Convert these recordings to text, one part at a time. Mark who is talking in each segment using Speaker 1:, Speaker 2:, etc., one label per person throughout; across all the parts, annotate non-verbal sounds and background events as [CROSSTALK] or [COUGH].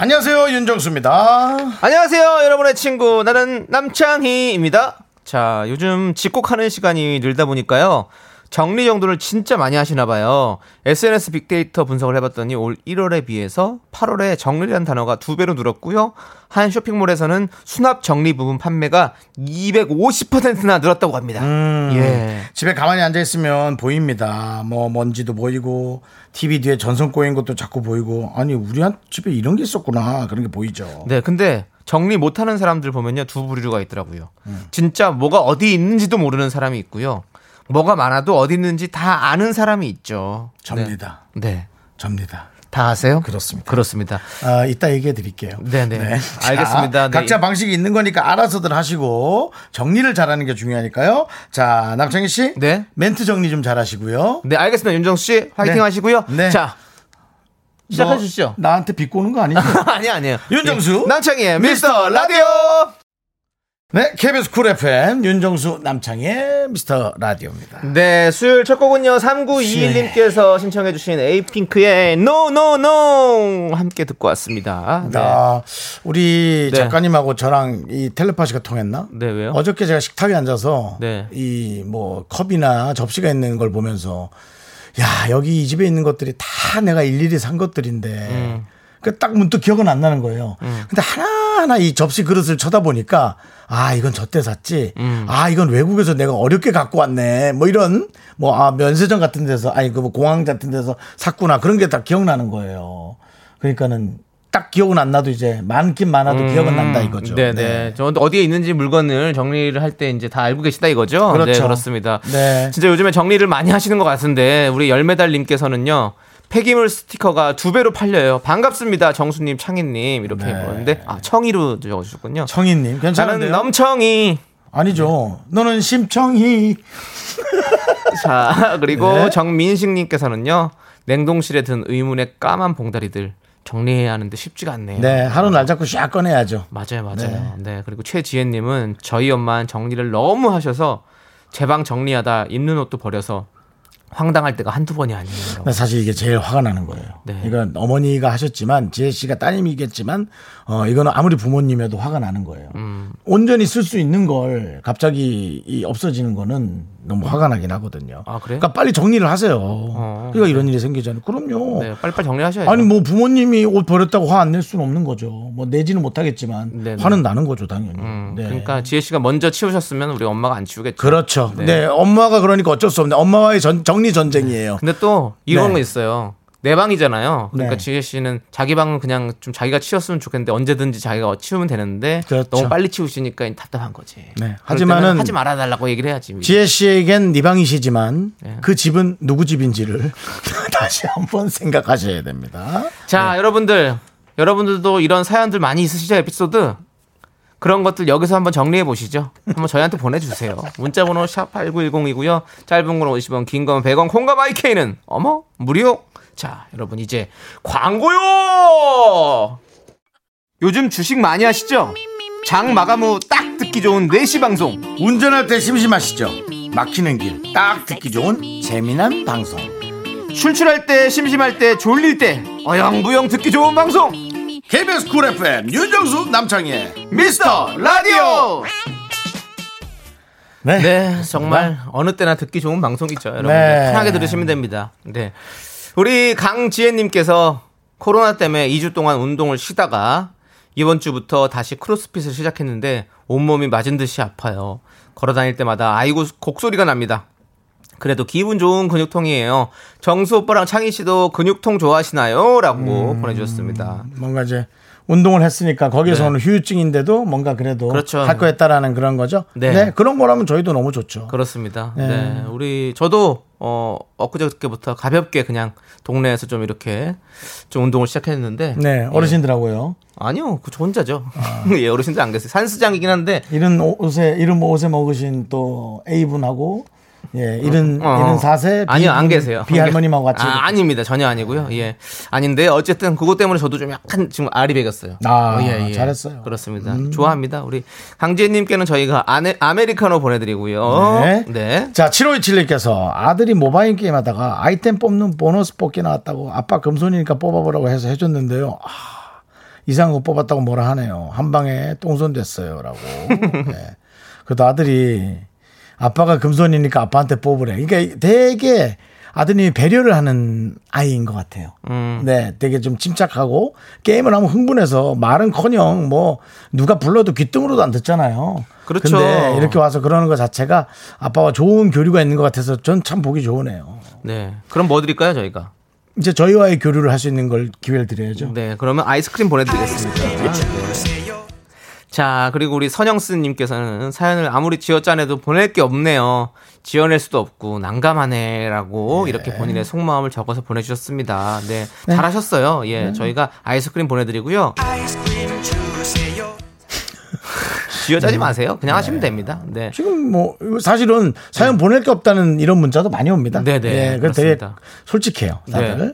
Speaker 1: 안녕하세요 윤정수입니다.
Speaker 2: 안녕하세요, 여러분의 친구. 나는 남창희입니다. 자, 요즘 집콕하는 시간이 늘다 보니까요. 정리 정돈을 진짜 많이 하시나 봐요. SNS 빅데이터 분석을 해봤더니 올 1월에 비해서 8월에 정리라는 단어가 두 배로 늘었고요. 한 쇼핑몰에서는 수납 정리 부분 판매가 250%나 늘었다고 합니다. 예.
Speaker 1: 집에 가만히 앉아 있으면 보입니다. 뭐 먼지도 보이고 TV 뒤에 전선 꼬인 것도 자꾸 보이고 아니 우리 한 집에 이런 게 있었구나 그런 게 보이죠.
Speaker 2: 네, 근데 정리 못하는 사람들 보면요 두 부류가 있더라고요.
Speaker 1: 음.
Speaker 2: 진짜 뭐가 어디 있는지도 모르는 사람이 있고요. 뭐가 많아도 어디 있는지 다 아는 사람이 있죠.
Speaker 1: 접니다.
Speaker 2: 네, 네.
Speaker 1: 접니다.
Speaker 2: 다 아세요?
Speaker 1: 그렇습니다.
Speaker 2: 그렇습니다.
Speaker 1: 아, 이따 얘기해 드릴게요.
Speaker 2: 네네. 알겠습니다. 네.
Speaker 1: 각자 방식이 있는 거니까 알아서들 하시고 정리를 잘하는 게 중요하니까요. 자, 남창희 씨.
Speaker 2: 네.
Speaker 1: 멘트 정리 좀 잘하시고요.
Speaker 2: 네, 알겠습니다. 윤정수 씨 화이팅
Speaker 1: 네.
Speaker 2: 하시고요.
Speaker 1: 네.
Speaker 2: 자, 시작해
Speaker 1: 너
Speaker 2: 주시죠.
Speaker 1: 나한테 비꼬는 거 아니죠?
Speaker 2: [LAUGHS] 아니 아니에요.
Speaker 1: 윤정수.
Speaker 2: 네. 남창희의 미스터 라디오.
Speaker 1: 네, KBS 쿨 FM 윤정수 남창의 미스터 라디오입니다.
Speaker 2: 네, 수요일 첫 곡은요.
Speaker 1: 네.
Speaker 2: 3921님께서 신청해 주신 에이핑크의 No No No 함께 듣고 왔습니다. 네.
Speaker 1: 아, 우리
Speaker 2: 네.
Speaker 1: 작가님하고 저랑 이 텔레파시가 통했나?
Speaker 2: 네, 왜요?
Speaker 1: 어저께 제가 식탁에 앉아서
Speaker 2: 네.
Speaker 1: 이 뭐 컵이나 접시가 있는 걸 보면서 야 여기 이 집에 있는 것들이 다 내가 일일이 산 것들인데
Speaker 2: 음.
Speaker 1: 그 딱 문득 기억은 안 나는 거예요. 근데 하나하나 이 접시 그릇을 쳐다보니까 아 이건 저때 샀지.
Speaker 2: 음.
Speaker 1: 아 이건 외국에서 내가 어렵게 갖고 왔네. 뭐 이런 뭐 아 면세점 같은 데서 아니 그뭐 공항 같은 데서 샀구나 그런 게 다 기억나는 거예요. 그러니까는 딱 기억은 안 나도 이제 많긴 많아도 기억은 난다 이거죠.
Speaker 2: 음. 네네.
Speaker 1: 네.
Speaker 2: 저 어디에 있는지 물건을 정리를 할 때 이제 다 알고 계시다 이거죠?
Speaker 1: 그렇죠.
Speaker 2: 네, 그렇습니다.
Speaker 1: 네.
Speaker 2: 진짜 요즘에 정리를 많이 하시는 것 같은데 우리 열매달님께서는요. 폐기물 스티커가 두 배로 팔려요. 반갑습니다. 정수님, 창희님 이렇게
Speaker 1: 네.
Speaker 2: 보는데 아 청이로 적어주셨군요.
Speaker 1: 청희님 괜찮은데요?
Speaker 2: 나는 넘청이.
Speaker 1: 아니죠. 너는 심청이.
Speaker 2: 자 [LAUGHS] 그리고
Speaker 1: 네.
Speaker 2: 정민식님께서는요. 냉동실에 든 의문의 까만 봉다리들 정리해야 하는데 쉽지가 않네요.
Speaker 1: 네, 하루 날 잡고 쫙 꺼내야죠.
Speaker 2: 맞아요, 맞아요. 네. 그리고 최지혜님은 저희 엄마는 정리를 너무 하셔서 제 방 정리하다 입는 옷도 버려서 황당할 때가 한두 번이 아니에요.
Speaker 1: 근데 사실 이게 제일 화가 나는 거예요.
Speaker 2: 네.
Speaker 1: 이건 어머니가 하셨지만 지혜 씨가 따님이겠지만 어 이거는 아무리 부모님이어도 화가 나는 거예요.
Speaker 2: 음.
Speaker 1: 온전히 쓸 수 있는 걸 갑자기 이 없어지는 거는 너무 화가 나긴 하거든요.
Speaker 2: 아, 그래요?
Speaker 1: 그러니까 빨리 정리를 하세요. 그러니까
Speaker 2: 네.
Speaker 1: 이런 일이 생기잖아요. 그럼요.
Speaker 2: 네, 빨리빨리 정리하셔야죠.
Speaker 1: 아니 뭐 부모님이 옷 버렸다고 화 안 낼 수는 없는 거죠. 뭐 내지는 못하겠지만
Speaker 2: 네, 네.
Speaker 1: 화는 나는 거죠, 당연히.
Speaker 2: 음,
Speaker 1: 네.
Speaker 2: 그러니까 지혜 씨가 먼저 치우셨으면 우리 엄마가 안 치우겠죠.
Speaker 1: 그렇죠. 네.
Speaker 2: 네.
Speaker 1: 엄마가 그러니까 어쩔 수 없네. 엄마와의 전- 정리 전쟁이에요.
Speaker 2: 근데 또 이런
Speaker 1: 네.
Speaker 2: 거 있어요. 내 방이잖아요. 그러니까
Speaker 1: 네.
Speaker 2: 지혜 씨는 자기 방은 그냥 좀 자기가 치웠으면 좋겠는데 언제든지 자기가 치우면 되는데
Speaker 1: 그렇죠.
Speaker 2: 너무 빨리 치우시니까 답답한 거지.
Speaker 1: 네,
Speaker 2: 그럴
Speaker 1: 하지만은
Speaker 2: 때는 하지 말아달라고 얘기를 해야지. 미리.
Speaker 1: 지혜 씨에겐 네 방이시지만
Speaker 2: 네.
Speaker 1: 그 집은 누구 집인지를 [LAUGHS] 다시 한번 생각하셔야 됩니다.
Speaker 2: 자, 여러분들, 여러분들도 이런 사연들 많이 있으시죠? 에피소드? 그런 것들 여기서 한번 정리해 보시죠. 한번 저희한테 보내주세요. 문자번호 샵 8910이고요. 짧은 건 50원, 긴 건 100원, 콩과 마이케이는 어머 무료. 자, 여러분 이제 광고요. 요즘 주식 많이 하시죠? 장 마감 후 딱 듣기 좋은 4시 방송.
Speaker 1: 운전할 때 심심하시죠? 막히는 길 딱 듣기 좋은 재미난 방송.
Speaker 2: 출출할 때, 심심할 때, 졸릴 때 어영부영 듣기 좋은 방송.
Speaker 1: KBS 쿨 FM 윤정수 남창희.
Speaker 2: 미스터 라디오.
Speaker 1: 네.
Speaker 2: 네, 정말 어느 때나 듣기 좋은 방송이죠. 여러분
Speaker 1: 네.
Speaker 2: 들 편하게 들으시면 됩니다. 네. 우리 강지혜님께서 코로나 때문에 2주 동안 운동을 쉬다가 이번 주부터 다시 크로스핏을 시작했는데 온몸이 맞은 듯이 아파요. 걸어 다닐 때마다 아이고 곡소리가 납니다. 그래도 기분 좋은 근육통이에요.
Speaker 1: 음.
Speaker 2: 정수 오빠랑 창희 씨도 근육통 좋아하시나요? 라고 보내주셨습니다.
Speaker 1: 뭔가 이제 운동을 했으니까 거기에서 오는 휴유증인데도 뭔가 그래도
Speaker 2: 그렇죠.
Speaker 1: 할 거였다라는 그런 거죠.
Speaker 2: 네.
Speaker 1: 네. 그런 거라면 저희도 너무 좋죠.
Speaker 2: 그렇습니다. 네.
Speaker 1: 네.
Speaker 2: 우리 저도 어 엊그저께부터 가볍게 그냥 동네에서 좀 이렇게 좀 운동을 시작했는데
Speaker 1: 네, 어르신들하고요.
Speaker 2: 아니요, 그저 혼자죠. [LAUGHS] 예, 어르신들 안 계세요. 산수장이긴 한데
Speaker 1: 이런 옷에 이런 옷에 먹으신 또 A 분하고 예, 이런
Speaker 2: 어.
Speaker 1: 이런 사세
Speaker 2: 아니요 안 계세요.
Speaker 1: 네, 비 할머님하고 같이
Speaker 2: 아, 아닙니다 전혀 아니고요. 예 아닌데 어쨌든 그것 때문에 저도 좀 약간 지금 알이 배겼어요.
Speaker 1: 아,
Speaker 2: 어,
Speaker 1: 잘했어요. 음.
Speaker 2: 그렇습니다. 좋아합니다. 우리 강재님께는 저희가 아메, 아메리카노 보내드리고요.
Speaker 1: 네.
Speaker 2: 네.
Speaker 1: 자, 7527님께서 아들이 모바일 게임 하다가 아이템 뽑는 보너스 뽑기 나왔다고 아빠 금손이니까 뽑아보라고 해서 해줬는데요. 아, 이상한 거 뽑았다고 뭐라 하네요. 한 방에 똥손 됐어요.
Speaker 2: [LAUGHS]
Speaker 1: 라고. 네. 그래도 아들이 아빠가 금손이니까 아빠한테 뽑으래. 그러니까 되게 아드님이 배려를 하는 아이인 것 같아요.
Speaker 2: 음.
Speaker 1: 네, 되게 좀 침착하고 게임을 하면 흥분해서 말은커녕 뭐 누가 불러도 귀뜸으로도 안 듣잖아요.
Speaker 2: 그렇죠.
Speaker 1: 근데 이렇게 와서 그러는 것 자체가 아빠와 좋은 교류가 있는 것 같아서 전 참 보기 좋으네요.
Speaker 2: 네. 그럼 뭐 드릴까요 저희가?
Speaker 1: 이제 저희와의 교류를 할 수 있는 걸 기회를 드려야죠.
Speaker 2: 네, 그러면 아이스크림 보내드리겠습니다. 네. 자, 그리고 우리 선영스님께서는 사연을 아무리 지어짜내도 보낼 게 없네요. 지어낼 수도 없고 난감하네라고 이렇게 본인의 속마음을 적어서 보내주셨습니다. 예. 네, 잘하셨어요. 예, 저희가 아이스크림 [LAUGHS] 보내드리고요. 지어짜지 마세요. 그냥 네. 하시면 됩니다. 네.
Speaker 1: 지금 뭐 이거 사실은 사연 보낼 게 없다는 이런 문자도 많이 옵니다.
Speaker 2: 네, 네.
Speaker 1: 예, 그래서 되게
Speaker 2: 그렇습니다.
Speaker 1: 솔직해요. 다들.
Speaker 2: 네.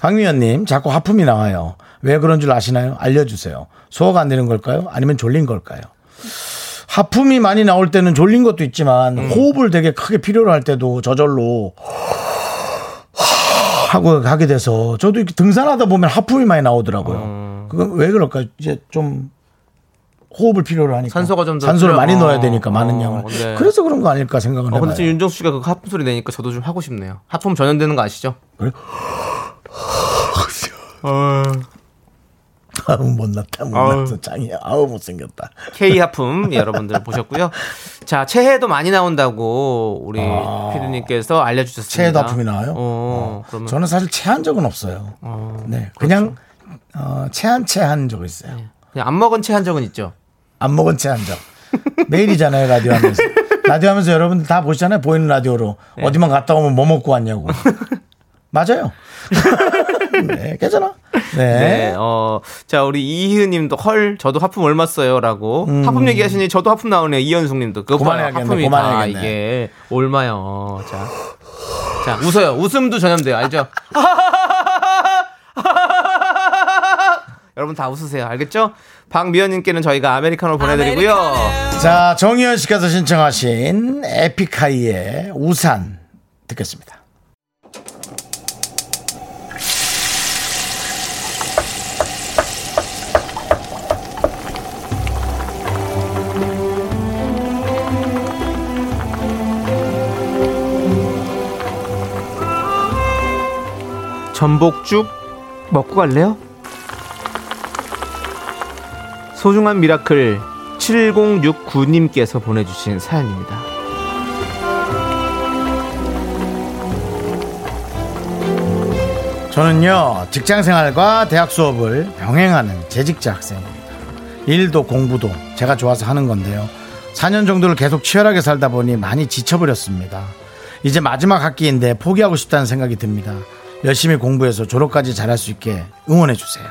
Speaker 1: 강미연님 자꾸 하품이 나와요. 왜 그런 줄 아시나요? 알려주세요. 소화가 안 되는 걸까요? 아니면 졸린 걸까요? 하품이 많이 나올 때는 졸린 것도 있지만
Speaker 2: 음.
Speaker 1: 호흡을 되게 크게 필요로 할 때도 저절로 하고 가게 돼서 저도 이렇게 등산하다 보면 하품이 많이 나오더라고요.
Speaker 2: 어.
Speaker 1: 그건 왜 그럴까요? 이제 좀 호흡을 필요로 하니까
Speaker 2: 산소가 좀더
Speaker 1: 산소를
Speaker 2: 필요-
Speaker 1: 많이 넣어야
Speaker 2: 어,
Speaker 1: 되니까 많은
Speaker 2: 어,
Speaker 1: 양을
Speaker 2: 네.
Speaker 1: 그래서 그런 거 아닐까 생각을
Speaker 2: 어,
Speaker 1: 해봐요.
Speaker 2: 근데 지금 윤정수 씨가 그거 하품 소리 내니까 저도 좀 하고 싶네요. 하품 전염되는 거 아시죠? 어.
Speaker 1: 아우 못났다 못났어 짱이야 아우 못생겼다.
Speaker 2: K 하품 [LAUGHS] 여러분들 보셨고요. 자 체해도 많이 나온다고 우리 피디님께서 알려주셨습니다.
Speaker 1: 아. 체해도 하품이 나와요?
Speaker 2: 어, 그러면
Speaker 1: 저는 사실 체한 적은 없어요. 네 그냥 어, 체한 체한 적 있어요.
Speaker 2: 그냥 안 먹은 체한 적은 있죠.
Speaker 1: 안 먹은 체한 적 매일이잖아요 라디오 하면서 라디오 하면서 여러분들 다 보시잖아요 보이는 라디오로 어디만 갔다 오면 뭐 먹고 왔냐고 맞아요. [LAUGHS] 네 괜찮아. 네.
Speaker 2: 네. 어, 자 우리 이희은님도 헐 저도 하품 얼마 써요라고 하품 얘기하시니 저도 하품 나오네요. 이현숙님도 그거 봐요.
Speaker 1: 음. 그만해야겠네,
Speaker 2: 하품이 다
Speaker 1: 그만해야겠네.
Speaker 2: 이게 얼마요. 자, 자 웃어요. 웃음도 전염돼요. 알죠? [LAUGHS] 여러분 다 웃으세요. 알겠죠? 박미연님께는 저희가 아메리카노 보내드리고요.
Speaker 1: 네. 자, 정희연 씨께서 신청하신 에픽하이의 우산 듣겠습니다.
Speaker 2: 전복죽 먹고 갈래요? 소중한 미라클 7069님께서 보내주신 사연입니다.
Speaker 1: 저는요, 직장 생활과 대학 수업을 병행하는 재직자 학생입니다. 일도 공부도 제가 좋아서 하는 건데요. 4년 정도를 계속 치열하게 살다 보니 많이 지쳐버렸습니다. 이제 마지막 학기인데 포기하고 싶다는 생각이 듭니다. 열심히 공부해서 졸업까지 잘할 수 있게 응원해주세요.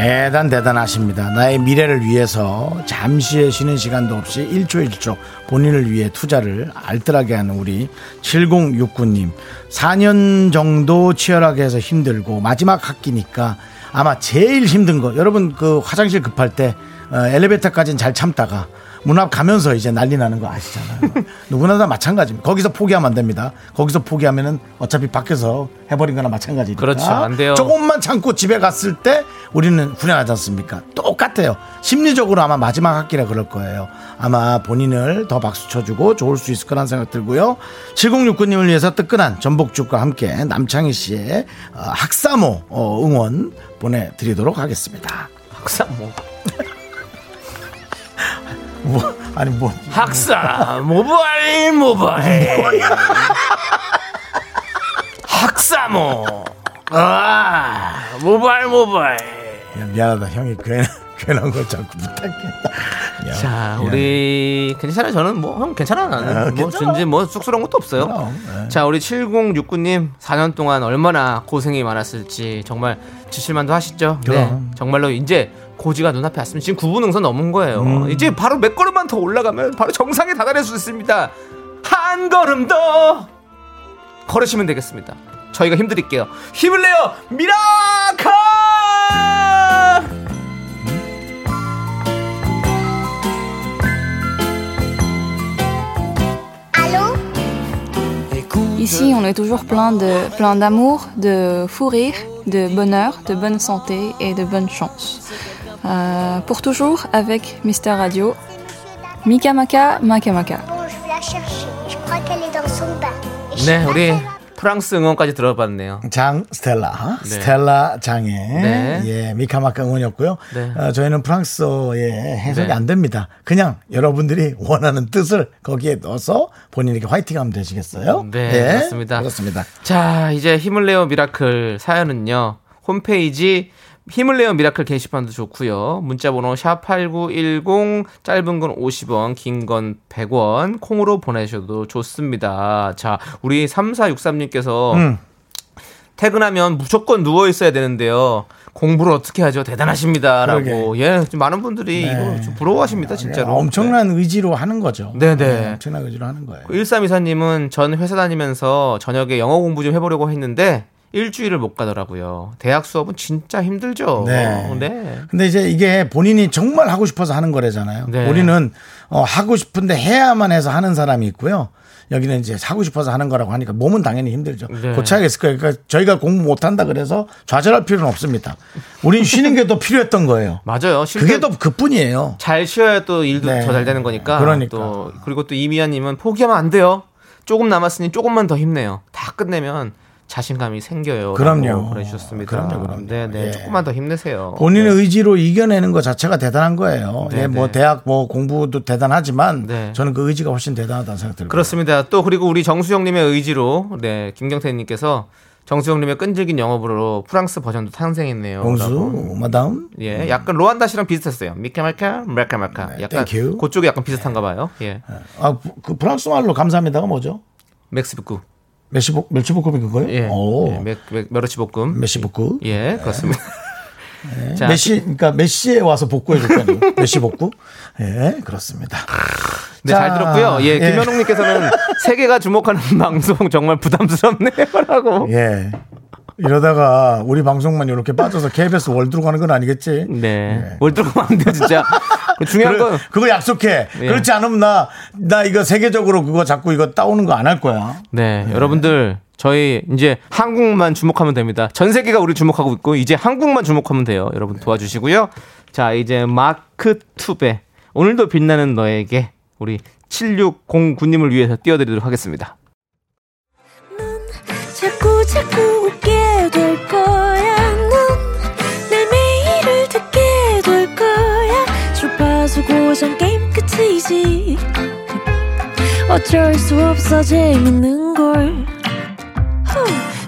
Speaker 1: 대단 대단하십니다. 나의 미래를 위해서 잠시의 쉬는 시간도 없이 1초 1초 본인을 위해 투자를 알뜰하게 하는 우리 7069님. 4년 정도 치열하게 해서 힘들고 마지막 학기니까 아마 제일 힘든 거 여러분 그 화장실 급할 때 어, 엘리베이터까지는 잘 참다가 문 앞 가면서 이제 난리 나는 거 아시잖아요. [LAUGHS] 누구나 다 마찬가지입니다. 거기서 포기하면 안 됩니다. 거기서 포기하면은 어차피 밖에서 해버린 거나 마찬가지니까.
Speaker 2: 그렇죠. 안 돼요.
Speaker 1: 조금 조금만 참고 집에 갔을 때 우리는 후련하지 않습니까? 똑같아요. 심리적으로 아마 마지막 학기라 그럴 거예요. 아마 본인을 더 박수 쳐주고 좋을 수 있을 거란 생각 들고요. 7069님을 위해서 뜨끈한 전복죽과 함께 남창희 씨의 어, 학사모 어, 응원 보내드리도록 하겠습니다.
Speaker 2: 박사 뭐
Speaker 1: 뭐, 아니 뭐
Speaker 2: 학사 모바일 모바일 학사모 아 모바일 모바일
Speaker 1: 야, 미안하다 형이 괜한 [LAUGHS] 괜한 걸 자꾸 부탁해. 미안.
Speaker 2: 자
Speaker 1: 아, 미안.
Speaker 2: 우리 괜찮아요 저는 뭐 형 괜찮아 나는
Speaker 1: 아,
Speaker 2: 뭐
Speaker 1: 괜찮아.
Speaker 2: 전지 뭐 쑥스러운 것도 없어요
Speaker 1: 그럼, 예.
Speaker 2: 자 우리 7069님 4년 동안 얼마나 고생이 많았을지 정말 지실만도 하시죠 네.
Speaker 1: 그럼.
Speaker 2: 정말로 이제 고지가 눈앞에 왔으면 지금 구분응선 넘은 거예요
Speaker 1: 음.
Speaker 2: 이제 바로 몇 걸음만 더 올라가면 바로 정상에 다다를 수 있습니다 한 걸음 더 걸으시면 되겠습니다 저희가 힘드릴게요 힘을 내요 미라카
Speaker 3: Ici, on est toujours plein de plein d'amour, de fou rire, de bonheur, de bonne santé et de bonne chance. Euh, pour toujours avec Mister Radio. Mika Maka, Maka Maka.
Speaker 4: Bon, je vais la chercher. Je crois qu'elle est dans son bain. Et je
Speaker 2: 네
Speaker 4: sais pas
Speaker 2: 우리
Speaker 4: si elle va
Speaker 2: 프랑스 응원까지 들어봤네요
Speaker 1: 장 스텔라 스텔라 장의
Speaker 2: 네.
Speaker 1: 예 미카마카 응원이었고요.
Speaker 2: 네.
Speaker 1: 어, 저희는 프랑스어의 해석이
Speaker 2: 네.
Speaker 1: 안 됩니다. 그냥 여러분들이 [LAUGHS] 원하는 뜻을 거기에 넣어서 본인에게 화이팅하면 되시겠어요?
Speaker 2: 네,
Speaker 1: 예,
Speaker 2: 그렇습니다.
Speaker 1: 그렇습니다.
Speaker 2: 자, 이제 힘을 내요 미라클 사연은요. 홈페이지 힘을 내요 미라클 게시판도 좋고요. 문자 번호 샵8910 짧은 건 50원, 긴 건 100원 콩으로 보내셔도 좋습니다. 자, 우리 3463님께서
Speaker 1: 음.
Speaker 2: 퇴근하면 무조건 누워 있어야 되는데요. 공부를 어떻게 하죠? 대단하십니다라고. 예, 좀 많은 분들이 이거 좀 부러워하십니다, 진짜로.
Speaker 1: 네. 아, 엄청난 의지로 하는 거죠.
Speaker 2: 네, 네.
Speaker 1: 엄청난 의지로 하는 거예요.
Speaker 2: 1324님은 그 전 회사 다니면서 저녁에 영어 공부 좀 해보려고 했는데 일주일을 못 가더라고요. 대학 수업은 진짜 힘들죠.
Speaker 1: 네.
Speaker 2: 네.
Speaker 1: 근데 이제 이게 본인이 정말 하고 싶어서 하는 거래잖아요.
Speaker 2: 네.
Speaker 1: 우리는 어, 하고 싶은데 해야만 해서 하는 사람이 있고요. 여기는 이제 하고 싶어서 하는 거라고 하니까 몸은 당연히 힘들죠.
Speaker 2: 네.
Speaker 1: 고쳐야겠을 거예요. 그러니까 저희가 공부 못한다 그래서 좌절할 필요는 없습니다. 우린 쉬는 게 더 필요했던
Speaker 2: [LAUGHS]
Speaker 1: 거예요.
Speaker 2: 맞아요. 쉴
Speaker 1: 그게
Speaker 2: 때-
Speaker 1: 더 그뿐이에요.
Speaker 2: 잘 쉬어야 또 일도
Speaker 1: 네.
Speaker 2: 더 잘 되는 거니까.
Speaker 1: 그러니까.
Speaker 2: 또 그리고 또 이미아님은 포기하면 안 돼요. 조금 남았으니 조금만 더 힘내요. 다 끝내면 자신감이 생겨요.
Speaker 1: 그럼요.
Speaker 2: 보내주셨습니다.
Speaker 1: 그럼요, 그럼요.
Speaker 2: 네네.
Speaker 1: 예.
Speaker 2: 조금만 더 힘내세요.
Speaker 1: 본인의 의지로 이겨내는 것 자체가 대단한 거예요.
Speaker 2: 네,
Speaker 1: 예, 뭐
Speaker 2: 네.
Speaker 1: 대학 뭐 공부도 대단하지만
Speaker 2: 네.
Speaker 1: 저는 그 의지가 훨씬 대단하다는 생각 들고요.
Speaker 2: 그렇습니다. 또 그리고 우리 정수영님의 의지로 네 김경태님께서 정수영님의 끈질긴 영업으로 프랑스 버전도 탄생했네요. 라고.
Speaker 1: 공수 음. 마담
Speaker 2: 예, 약간 로안다 씨랑 비슷했어요. 미카마카, 마카마카. 약간
Speaker 1: thank you.
Speaker 2: 그쪽이 약간 비슷한가 봐요. 예,
Speaker 1: 네, 아, 그 프랑스 말로 감사합니다가 뭐죠?
Speaker 2: 맥스부쿠.
Speaker 1: 멸치볶 멸치볶음이 그거예요?
Speaker 2: 예,
Speaker 1: 오. 네.
Speaker 2: 예, 맥, 맥, 멸치 볶음.
Speaker 1: 메시복구.
Speaker 2: 예,
Speaker 1: [LAUGHS]
Speaker 2: 그렇습니다. 자,
Speaker 1: 메시, 그러니까 메시에 와서 복구해 줬다니. [LAUGHS] 메시 복구. 예, 그렇습니다.
Speaker 2: 네, 잘
Speaker 1: 자,
Speaker 2: 들었고요. 예, 김현웅님께서는 세계가 주목하는 [LAUGHS] 방송 정말 부담스럽네요라고.
Speaker 1: 예. 이러다가 우리 방송만 이렇게 빠져서 KBS 월드로 가는 건 아니겠지?
Speaker 2: 네, 뭘 들고 안 돼요 진짜. 그 중요한
Speaker 1: 예. 그래,
Speaker 2: 건
Speaker 1: 그거 약속해.
Speaker 2: 예.
Speaker 1: 그렇지 않으면 나, 나 이거 세계적으로 그거 자꾸 이거 따오는 거 안 할 거야.
Speaker 2: 네, 여러분들 저희 이제 한국만 주목하면 됩니다. 전 세계가 우리 주목하고 있고 이제 한국만 주목하면 돼요. 여러분 도와주시고요. 자, 이제 마크 투베 오늘도 빛나는 너에게 우리 7609님을 위해서 띄워드리도록 하겠습니다.
Speaker 5: 자꾸 자꾸 웃게 될 거야. 넌내 매일을 듣게 될 거야. 주파수 고정 게임 끝이지. 어쩔 수 없어 재밌는 걸. 후.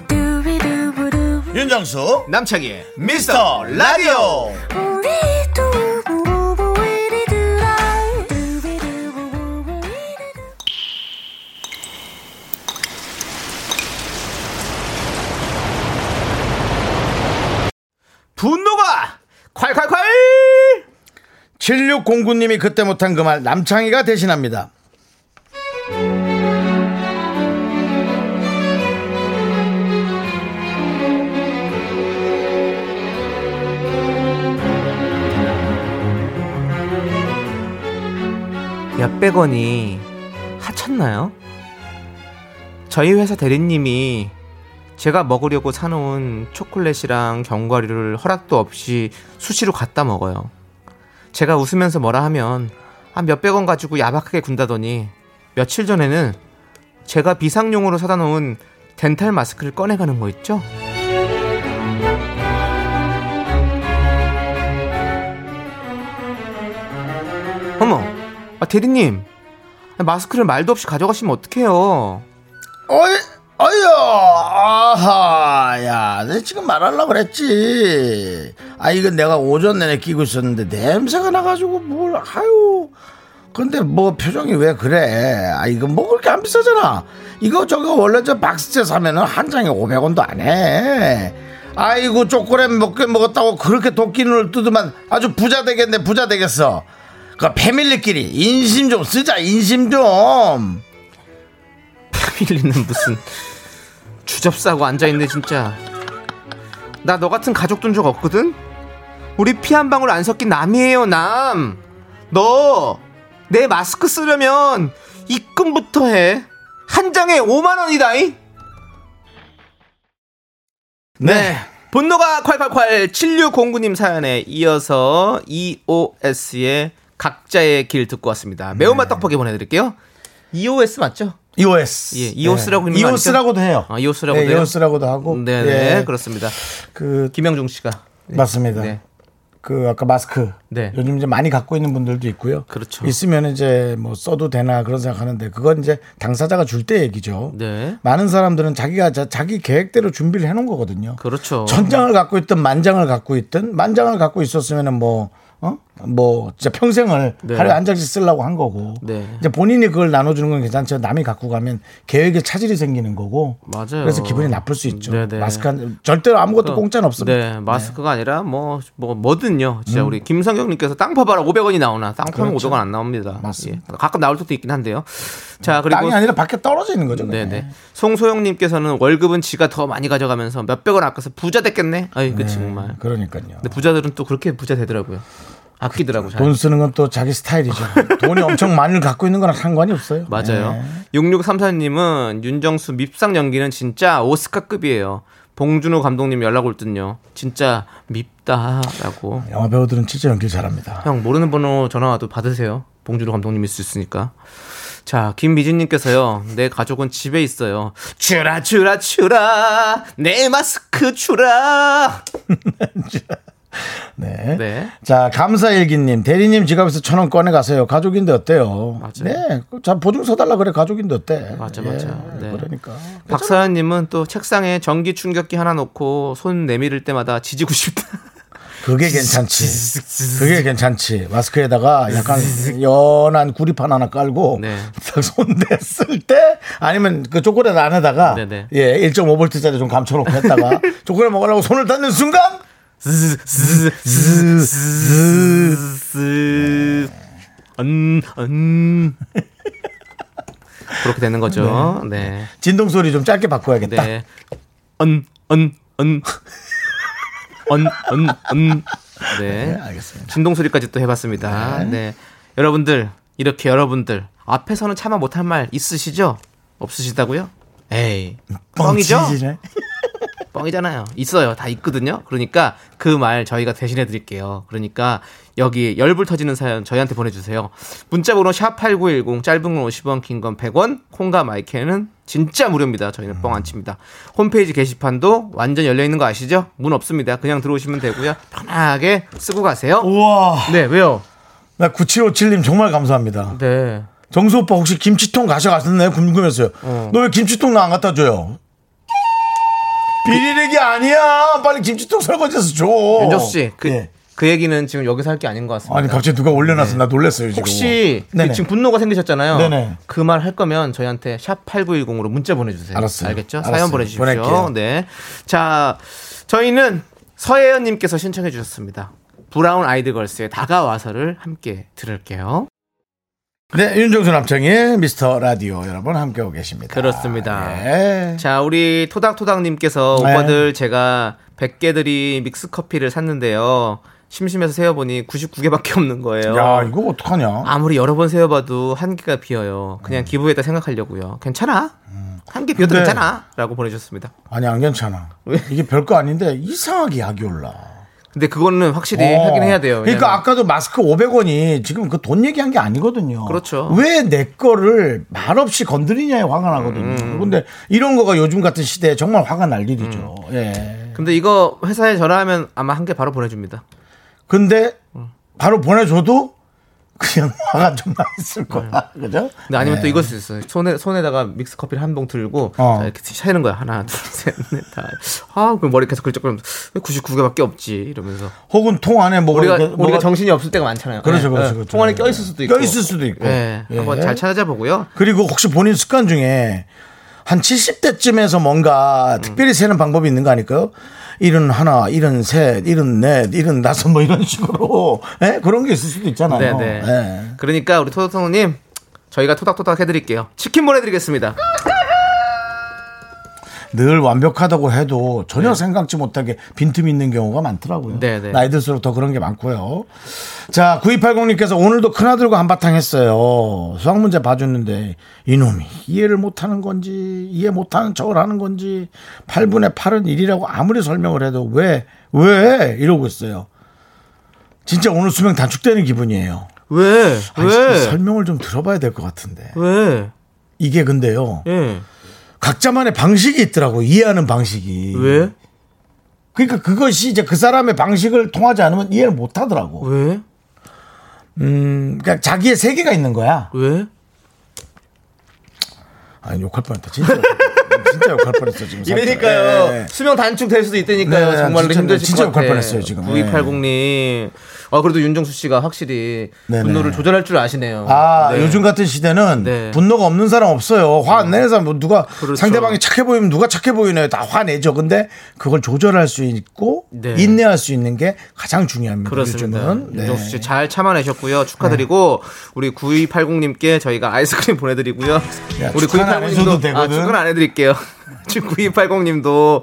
Speaker 5: 두비두부두.
Speaker 1: 윤정수,
Speaker 2: 남창희
Speaker 1: 미스터 라디오.
Speaker 5: 우리 두부부부 우리들아. 두비두부부부 우리들아.
Speaker 2: 분노가 콸콸콸!
Speaker 1: 7609님이 그때 못한 그 말 남창희가 대신합니다.
Speaker 2: 몇백 원이 하쳤나요? 저희 회사 대리님이 제가 먹으려고 사놓은 초콜릿이랑 견과류를 허락도 없이 수시로 갖다 먹어요. 제가 웃으면서 뭐라 하면 한 몇백 원 가지고 야박하게 군다더니 며칠 전에는 제가 비상용으로 사다 놓은 덴탈 마스크를 꺼내가는 거 있죠? 어머, 아, 대리님. 마스크를 말도 없이 가져가시면 어떡해요?
Speaker 1: 어이, 어이요, 아하, 야, 내가 지금 말하려고 그랬지. 아, 이건 내가 오전 내내 끼고 있었는데 냄새가 나가지고 뭘, 아유. 근데 뭐 표정이 왜 그래? 아, 이거 뭐 그렇게 안 비싸잖아. 이거 저거 원래 저 박스째 사면은 한 장에 500원도 안 해. 아이고, 초콜릿 몇 개 먹었다고 그렇게 도끼눈을 뜨더만 아주 부자 되겠네, 부자 되겠어. 그 패밀리끼리 인심 좀 쓰자, 인심 좀.
Speaker 2: 필리는 무슨 주접 싸고 앉아있네 진짜 나 너 같은 가족 둔 적 없거든 우리 피 한 방울 안 섞인 남이에요 남너 내 마스크 쓰려면 입금부터 해 한 장에 5만원이다잉
Speaker 1: 네.
Speaker 2: 분노가 콸콸콸 7609님 사연에 이어서 EOS의 각자의 길 듣고 왔습니다 매운맛 떡볶이 보내드릴게요 EOS 맞죠?
Speaker 1: EOS.
Speaker 2: 예, EOS라고
Speaker 1: 예.
Speaker 2: 읽는 거
Speaker 1: EOS라고도
Speaker 2: 아니죠?
Speaker 1: 해요.
Speaker 2: 아, EOS라고도
Speaker 1: 예,
Speaker 2: 해요?
Speaker 1: EOS라고도 하고.
Speaker 2: 네네
Speaker 1: 예,
Speaker 2: 그렇습니다
Speaker 1: 그
Speaker 2: 김영중 씨가
Speaker 1: 맞습니다.
Speaker 2: 네.
Speaker 1: 그 아까 마스크.
Speaker 2: 네.
Speaker 1: 요즘 이제 많이 갖고 있는 분들도 있고요.
Speaker 2: 그렇죠.
Speaker 1: 있으면 이제 뭐 써도 되나 그런 생각하는데 그건 이제 당사자가 줄 때 얘기죠.
Speaker 2: 네.
Speaker 1: 많은 사람들은 자기가 자, 기 계획대로 준비를 해놓은 거거든요.
Speaker 2: 그렇죠.
Speaker 1: 전장을 갖고 있든 만장을 갖고 있든 만장을 갖고 있었으면은 뭐. 어? 뭐 진짜 평생을
Speaker 2: 네.
Speaker 1: 하루에 한 장씩 쓰려고 한 거고
Speaker 2: 네.
Speaker 1: 이제 본인이 그걸 나눠주는 건 괜찮지만 남이 갖고 가면 계획에 차질이 생기는 거고
Speaker 2: 맞아요.
Speaker 1: 그래서 기분이 나쁠 수 있죠
Speaker 2: 네, 네.
Speaker 1: 마스크 한, 절대로 아무것도
Speaker 2: 그러니까,
Speaker 1: 공짜는 없습니다 음.
Speaker 2: 네, 마스크가 아니라 뭐, 뭐 뭐든요. 진짜 우리 김성경님께서 땅 파봐라 500원이 나오나 땅 파면
Speaker 1: 그렇죠.
Speaker 2: 500원 안 나옵니다.
Speaker 1: 맞습니다.
Speaker 2: 예. 가끔 나올 때도 있긴 한데요. 자 그리고
Speaker 1: 네. 땅이 아니라 밖에 떨어져 있는 거죠. 그냥.
Speaker 2: 네네. 송소영님께서는 월급은 지가 더 많이 가져가면서 몇백 원 아껴서 부자 됐겠네. 아이 그 정말.
Speaker 1: 그러니까요.
Speaker 2: 근데 부자들은 또 그렇게 부자 되더라고요. 아끼더라고 잘.
Speaker 1: 돈 쓰는 건 또 자기
Speaker 2: [LAUGHS]
Speaker 1: 스타일이죠. 돈이 엄청 많이 갖고 있는 거랑 상관이 없어요.
Speaker 2: 맞아요.
Speaker 1: 네.
Speaker 2: 6634님은 윤정수 밉상 연기는 진짜 오스카급이에요. 봉준호 감독님 연락 올 듯요. 진짜 밉다라고.
Speaker 1: 영화 배우들은 진짜 연기 잘합니다. [LAUGHS]
Speaker 2: 형 모르는 번호 전화 와도 받으세요. 봉준호 감독님 있을 수 있으니까. 자, 김미진님께서요. 내 가족은 집에 있어요. 주라 주라 주라 내 마스크 주라.
Speaker 1: 네.
Speaker 2: 네.
Speaker 1: 자 감사일기님 대리님 지갑에서 천 원 꺼내 가세요. 가족인데 어때요?
Speaker 2: 맞아요.
Speaker 1: 네. 자 보증 서달라 그래 가족인데 어때?
Speaker 2: 맞아, 맞아. 네.
Speaker 1: 그러니까.
Speaker 2: 박사연님은 또 책상에 전기 충격기 하나 놓고 손 내밀을 때마다 지지고 싶다.
Speaker 1: 그게 괜찮지. 그게 괜찮지. 마스크에다가 약간 연한 구리판 하나 깔고
Speaker 2: 네.
Speaker 1: 딱 손댔을 때 아니면 그 초콜릿 안에다가
Speaker 2: 네네.
Speaker 1: 예 1.5볼트짜리 좀 감춰놓고
Speaker 2: [LAUGHS]
Speaker 1: 했다가 초콜릿 먹으려고 손을 닿는 순간
Speaker 2: 음, 음. 그렇게 되는 거죠. 네.
Speaker 1: 진동 소리 좀 짧게 바꿔야겠다.
Speaker 2: 네. 언, 언, 언. 언, 언, 언. 네.
Speaker 1: 알겠습니다.
Speaker 2: 진동 소리까지 또 해봤습니다. 네. 여러분들, 이렇게 여러분들, 앞에서는 차마 못할 말 있으시죠? 없으시다고요? 에이. 뻥이죠?
Speaker 1: 뻥치지네.
Speaker 2: 뻥이잖아요. 있어요. 다 있거든요. 그러니까 그 말 저희가 대신해 드릴게요. 그러니까 여기 열불 터지는 사연 저희한테 보내주세요. 문자번호 샵8910 짧은 건 50원 긴 건 100원 콩과 마이크는 진짜 무료입니다. 저희는 뻥 안 칩니다. 홈페이지 게시판도 완전 열려있는 거 아시죠? 문 없습니다. 그냥 들어오시면 되고요. 편하게 쓰고 가세요.
Speaker 1: 우와.
Speaker 2: 네 왜요?
Speaker 1: 나 9757님 정말 감사합니다.
Speaker 2: 네.
Speaker 1: 정수 오빠 혹시 김치통 가져갔었나요? 궁금해서요.
Speaker 2: 어.
Speaker 1: 너 왜 김치통 나 안 갖다 줘요? 비리내기 아니야. 빨리 김치통 설거지해서 줘.
Speaker 2: 윤정수 씨, 그,
Speaker 1: 예.
Speaker 2: 그 얘기는 지금 여기서 할 게 아닌 것 같습니다.
Speaker 1: 아니 갑자기 누가 올려놔서 나 놀랐어요 지금.
Speaker 2: 네. 혹시 그
Speaker 1: 네네.
Speaker 2: 지금 분노가 생기셨잖아요.
Speaker 1: 네네.
Speaker 2: 그 말 할 거면 저희한테 샵 8910으로 문자 보내주세요.
Speaker 1: 알았어요.
Speaker 2: 알겠죠?
Speaker 1: 알았어요.
Speaker 2: 사연 보내주십시오.
Speaker 1: 보낼게요.
Speaker 2: 네. 자, 저희는 서혜연님께서 신청해 주셨습니다. 브라운 아이드 걸스의 다가와서를 함께 들을게요.
Speaker 1: 네 윤정수 남창의 미스터 라디오 여러분 함께하고 계십니다.
Speaker 2: 그렇습니다.
Speaker 1: 네.
Speaker 2: 자, 우리 토닥토닥님께서
Speaker 1: 네.
Speaker 2: 오빠들 제가 100개들이 믹스커피를 샀는데요. 심심해서 세어보니 99개밖에 없는 거예요.
Speaker 1: 야 이거 어떡하냐?
Speaker 2: 아무리 여러 번 세어봐도 한 개가 비어요. 그냥 기부했다 생각하려고요. 괜찮아? 한 개 비어도
Speaker 1: 음. 근데-
Speaker 2: 괜찮아?라고 보내줬습니다.
Speaker 1: 아니 안 괜찮아. 이게 별거 아닌데 이상하게 약이 올라.
Speaker 2: 근데 그거는 확실히
Speaker 1: 어.
Speaker 2: 네, 하긴 해야 돼요.
Speaker 1: 그러니까
Speaker 2: 왜냐면-
Speaker 1: 아까도 마스크 500원이 지금 그 돈 얘기한 게 아니거든요.
Speaker 2: 그렇죠.
Speaker 1: 왜 내 거를 말없이 건드리냐에 화가 나거든요.
Speaker 2: 음,
Speaker 1: 근데 이런 거가 요즘 같은 시대에 정말 화가 날 일이죠.
Speaker 2: 음.
Speaker 1: 예.
Speaker 2: 근데 이거 회사에 전화하면 아마 한 개 바로 보내줍니다.
Speaker 1: 근데 바로 보내줘도 그냥 [LAUGHS] 화가 좀 나
Speaker 2: 네.
Speaker 1: 있을 거야. 그죠?
Speaker 2: 근데 아니면 또 이걸 수 있어요. 손에 손에다가 믹스 커피를 한 봉 들고
Speaker 1: 네. 어.
Speaker 2: 자, 이렇게 채는 거야. 하나, 둘, 셋, 넷, 다. 아, 그럼 머리 계속 긁적거리면서 왜 99개밖에 없지 이러면서
Speaker 1: 혹은 통 안에 뭐가
Speaker 2: 우리가
Speaker 1: 이렇게- 어, 그, 뭐가
Speaker 2: 우리가 정신이 없을 때가 많잖아요.
Speaker 1: 그렇죠,
Speaker 2: 예,
Speaker 1: 그렇죠,
Speaker 2: 예.
Speaker 1: 그렇죠.
Speaker 2: 통 안에 껴 있을 수도 있고.
Speaker 1: 껴있을 수도 있고.
Speaker 2: 예,
Speaker 1: 예.
Speaker 2: 한번 잘 찾아보고요.
Speaker 1: 그리고 혹시 본인 습관 중에 한 70대쯤에서 뭔가 특별히 세는 방법이 있는 거 아닐까요? 일은 하나, 일은 셋, 일은 넷, 일은 다섯 뭐 이런 식으로 [LAUGHS] 예? 그런 게 있을 수도
Speaker 2: 네,
Speaker 1: 있잖아요.
Speaker 2: 네.
Speaker 1: 예.
Speaker 2: 그러니까 우리 토닥토닥님 저희가 토닥토닥 해드릴게요. 치킨 보내드리겠습니다.
Speaker 1: 늘 완벽하다고 해도 전혀 생각지 못하게 빈틈이 있는 경우가 많더라고요.
Speaker 2: 네, 네.
Speaker 1: 나이 들수록 더 그런 게 많고요. 자, 9280님께서 오늘도 큰아들과 한바탕 했어요. 수학 문제 봐줬는데 이놈이 이해를 못하는 건지 이해 못하는 척을 하는 건지 8분의 8은 1이라고 아무리 설명을 해도 왜, 왜 이러고 있어요. 진짜 오늘 수명 단축되는 기분이에요.
Speaker 2: 왜?
Speaker 1: 아니,
Speaker 2: 왜?
Speaker 1: 설명을 좀 들어봐야 될 것 같은데.
Speaker 2: 왜?
Speaker 1: 이게 근데요.
Speaker 2: 예.
Speaker 1: 각자만의 방식이 있더라고 이해하는 방식이.
Speaker 2: 왜?
Speaker 1: 그러니까 그것이 이제 그 사람의 방식을 통하지 않으면 이해를 못 하더라고.
Speaker 2: 왜?
Speaker 1: 음, 그러니까 자기의 세계가 있는 거야.
Speaker 2: 왜?
Speaker 1: 아니, 욕할 뻔했다. 진짜. 욕할- 진짜 욕할 뻔했어, 지금. 살짝.
Speaker 2: 이러니까요.
Speaker 1: 예, 예.
Speaker 2: 네, 수명 단축 될 수도 있다니까요.
Speaker 1: 네,
Speaker 2: 정말로
Speaker 1: 진짜,
Speaker 2: 힘드실
Speaker 1: 진짜
Speaker 2: 것 같아요.
Speaker 1: 욕할 뻔했어요, 지금. 네.
Speaker 2: 9280님. 아, 그래도 윤정수 씨가 확실히
Speaker 1: 네네.
Speaker 2: 분노를 조절할 줄 아시네요.
Speaker 1: 아,
Speaker 2: 네.
Speaker 1: 요즘 같은 시대는
Speaker 2: 네. 음.
Speaker 1: 분노가 없는 사람 없어요. 화 안 내는 사람, 뭐 누가
Speaker 2: 그렇죠.
Speaker 1: 상대방이 착해 보이면 누가 착해 보이네요. 다 화내죠. 근데 그걸 조절할 수 있고
Speaker 2: 네.
Speaker 1: 인내할 수 있는 게 가장 중요합니다.
Speaker 2: 그렇습니다.
Speaker 1: 요즘은. 네.
Speaker 2: 윤정수 씨 잘 참아내셨고요. 축하드리고 우리 9280님께 저희가 아이스크림 보내드리고요.
Speaker 1: 야, 축하는 안 해줘도
Speaker 2: 아,
Speaker 1: 되거든.
Speaker 2: 축하는 안 해드릴게요. [LAUGHS] 지금 9280님도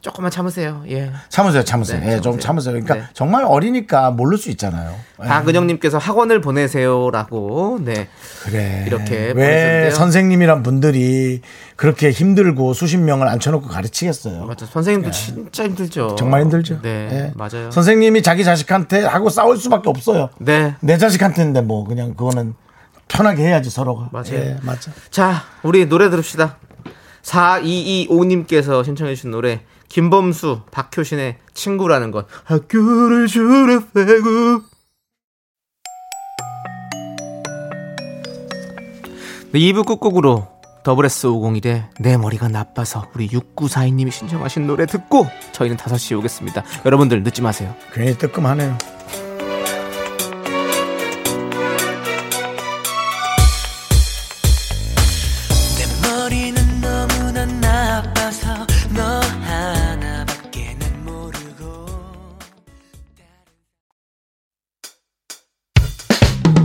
Speaker 2: 조금만 참으세요. 예.
Speaker 1: 참으세요, 참으세요.
Speaker 2: 네,
Speaker 1: 예, 좀
Speaker 2: 참으세요.
Speaker 1: 참으세요. 그러니까
Speaker 2: 네.
Speaker 1: 정말 어리니까 모를 수 있잖아요. 예.
Speaker 2: 박은영님께서 학원을 보내세요라고. 네.
Speaker 1: 그래.
Speaker 2: 이렇게
Speaker 1: 왜
Speaker 2: 보내셨는데요.
Speaker 1: 선생님이란 분들이 그렇게 힘들고 수십 명을 앉혀놓고 가르치겠어요.
Speaker 2: 맞죠. 선생님도 진짜 힘들죠.
Speaker 1: 정말 힘들죠.
Speaker 2: 네.
Speaker 1: 예.
Speaker 2: 맞아요.
Speaker 1: 선생님이 자기 자식한테 하고 싸울 수밖에 없어요.
Speaker 2: 네.
Speaker 1: 내 자식한테인데 뭐 그냥 그거는 편하게 해야지 서로가.
Speaker 2: 맞아요.
Speaker 1: 예, 맞아.
Speaker 2: 자, 우리 노래 들읍시다. 4225님께서 신청해주신 노래. 김범수, 박효신의 친구라는 것. 학교를 졸업하고. 네, 2부 끝곡으로 더블 S 501의 내 머리가 나빠서 우리 6942님이 신청하신 노래 듣고 저희는 5시에 오겠습니다. 여러분들 늦지 마세요.
Speaker 1: 괜히 뜨끔하네요.
Speaker 6: 머리는 너무나 나빠서 너 하나밖에 난 모르고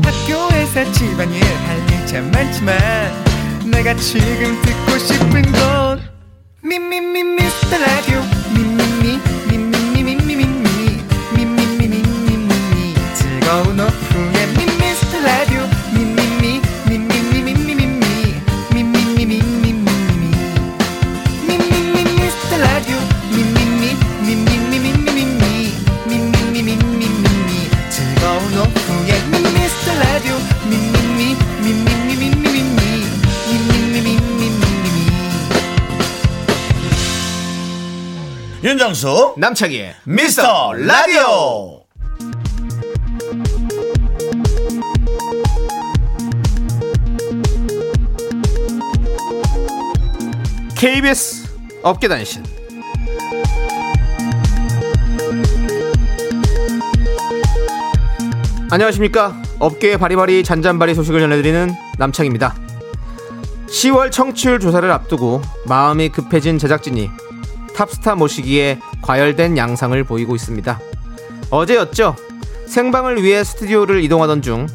Speaker 7: 학교에서 집안일 할 일 참 많지만 내가 지금 듣고 싶은 건 미미미 미스터 라디오 미미미 미미미 미미미 미미미 미미미 미미미 즐거운 오후에 미미스터 라디오 미미미 미미미 미미미 미미미 미미미 미미미
Speaker 1: 윤정수
Speaker 2: 남창희의
Speaker 1: 미스터 라디오.
Speaker 2: KBS 업계단신. 안녕하십니까. 업계의 바리바리 잔잔바리 소식을 전해드리는 남창입니다. 10월 청취율 조사를 앞두고 마음이 급해진 제작진이 탑스타 모시기에 과열된 양상을 보이고 있습니다. 어제였죠. 생방을 위해 스튜디오를 이동하던 중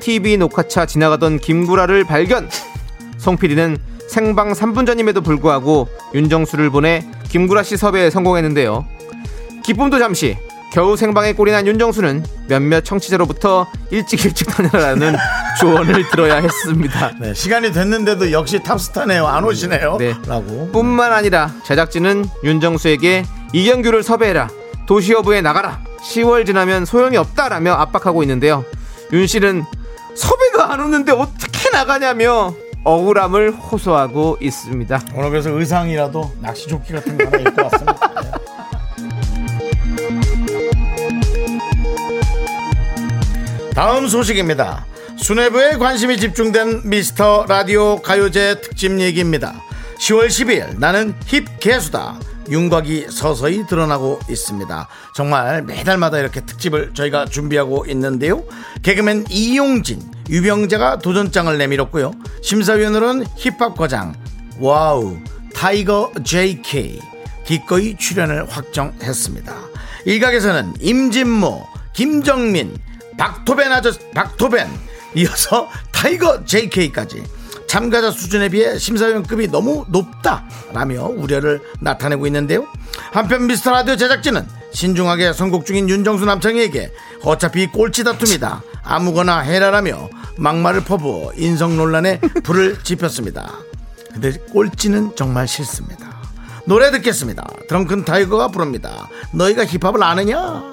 Speaker 2: TV 녹화차 지나가던 김구라를 발견! 송PD는 생방 3분 전임에도 불구하고 윤정수를 보내 김구라 씨 섭외에 성공했는데요. 기쁨도 잠시 겨우 생방에 꼴이난 윤정수는 몇몇 청취자로부터 일찍 일찍 [LAUGHS] 다녀라는 조언을 들어야 했습니다.
Speaker 1: 네, 시간이 됐는데도 역시 탑스타네요. 안 오시네요.
Speaker 2: 네.
Speaker 1: 라고.
Speaker 2: 뿐만 아니라 제작진은 윤정수에게 이경규를 섭외해라 도시어부에 나가라 10월 지나면 소용이 없다라며 압박하고 있는데요 윤 씨는 섭외가 안 오는데 어떻게 나가냐며 억울함을 호소하고 있습니다
Speaker 1: 오늘 그래서 의상이라도 낚시 조끼 같은 거 하나 입고
Speaker 2: [LAUGHS]
Speaker 1: 왔습니다. 네. 다음 소식입니다. 수뇌부에 관심이 집중된 미스터 라디오 가요제 특집 얘기입니다. 10월 10일 나는 힙 개수다. 윤곽이 서서히 드러나고 있습니다. 정말 매달마다 이렇게 특집을 저희가 준비하고 있는데요. 개그맨 이용진, 유병재가 도전장을 내밀었고요. 심사위원으로는 힙합 과장, 와우, 타이거 JK 기꺼이 출연을 확정했습니다. 일각에서는 임진모, 김정민, 박토벤 아저 박토벤 이어서 타이거 JK까지 참가자 수준에 비해 심사위원급이 너무 높다라며 우려를 나타내고 있는데요. 한편 미스터 라디오 제작진은 신중하게 선곡 중인 윤정수 남창희에게 어차피 꼴찌 다툼이다 아무거나 해라라며 막말을 퍼부어 인성 논란에 불을 지폈습니다. 근데 꼴찌는 정말 싫습니다. 노래 듣겠습니다. 드렁큰 타이거가 부릅니다. 너희가 힙합을 아느냐?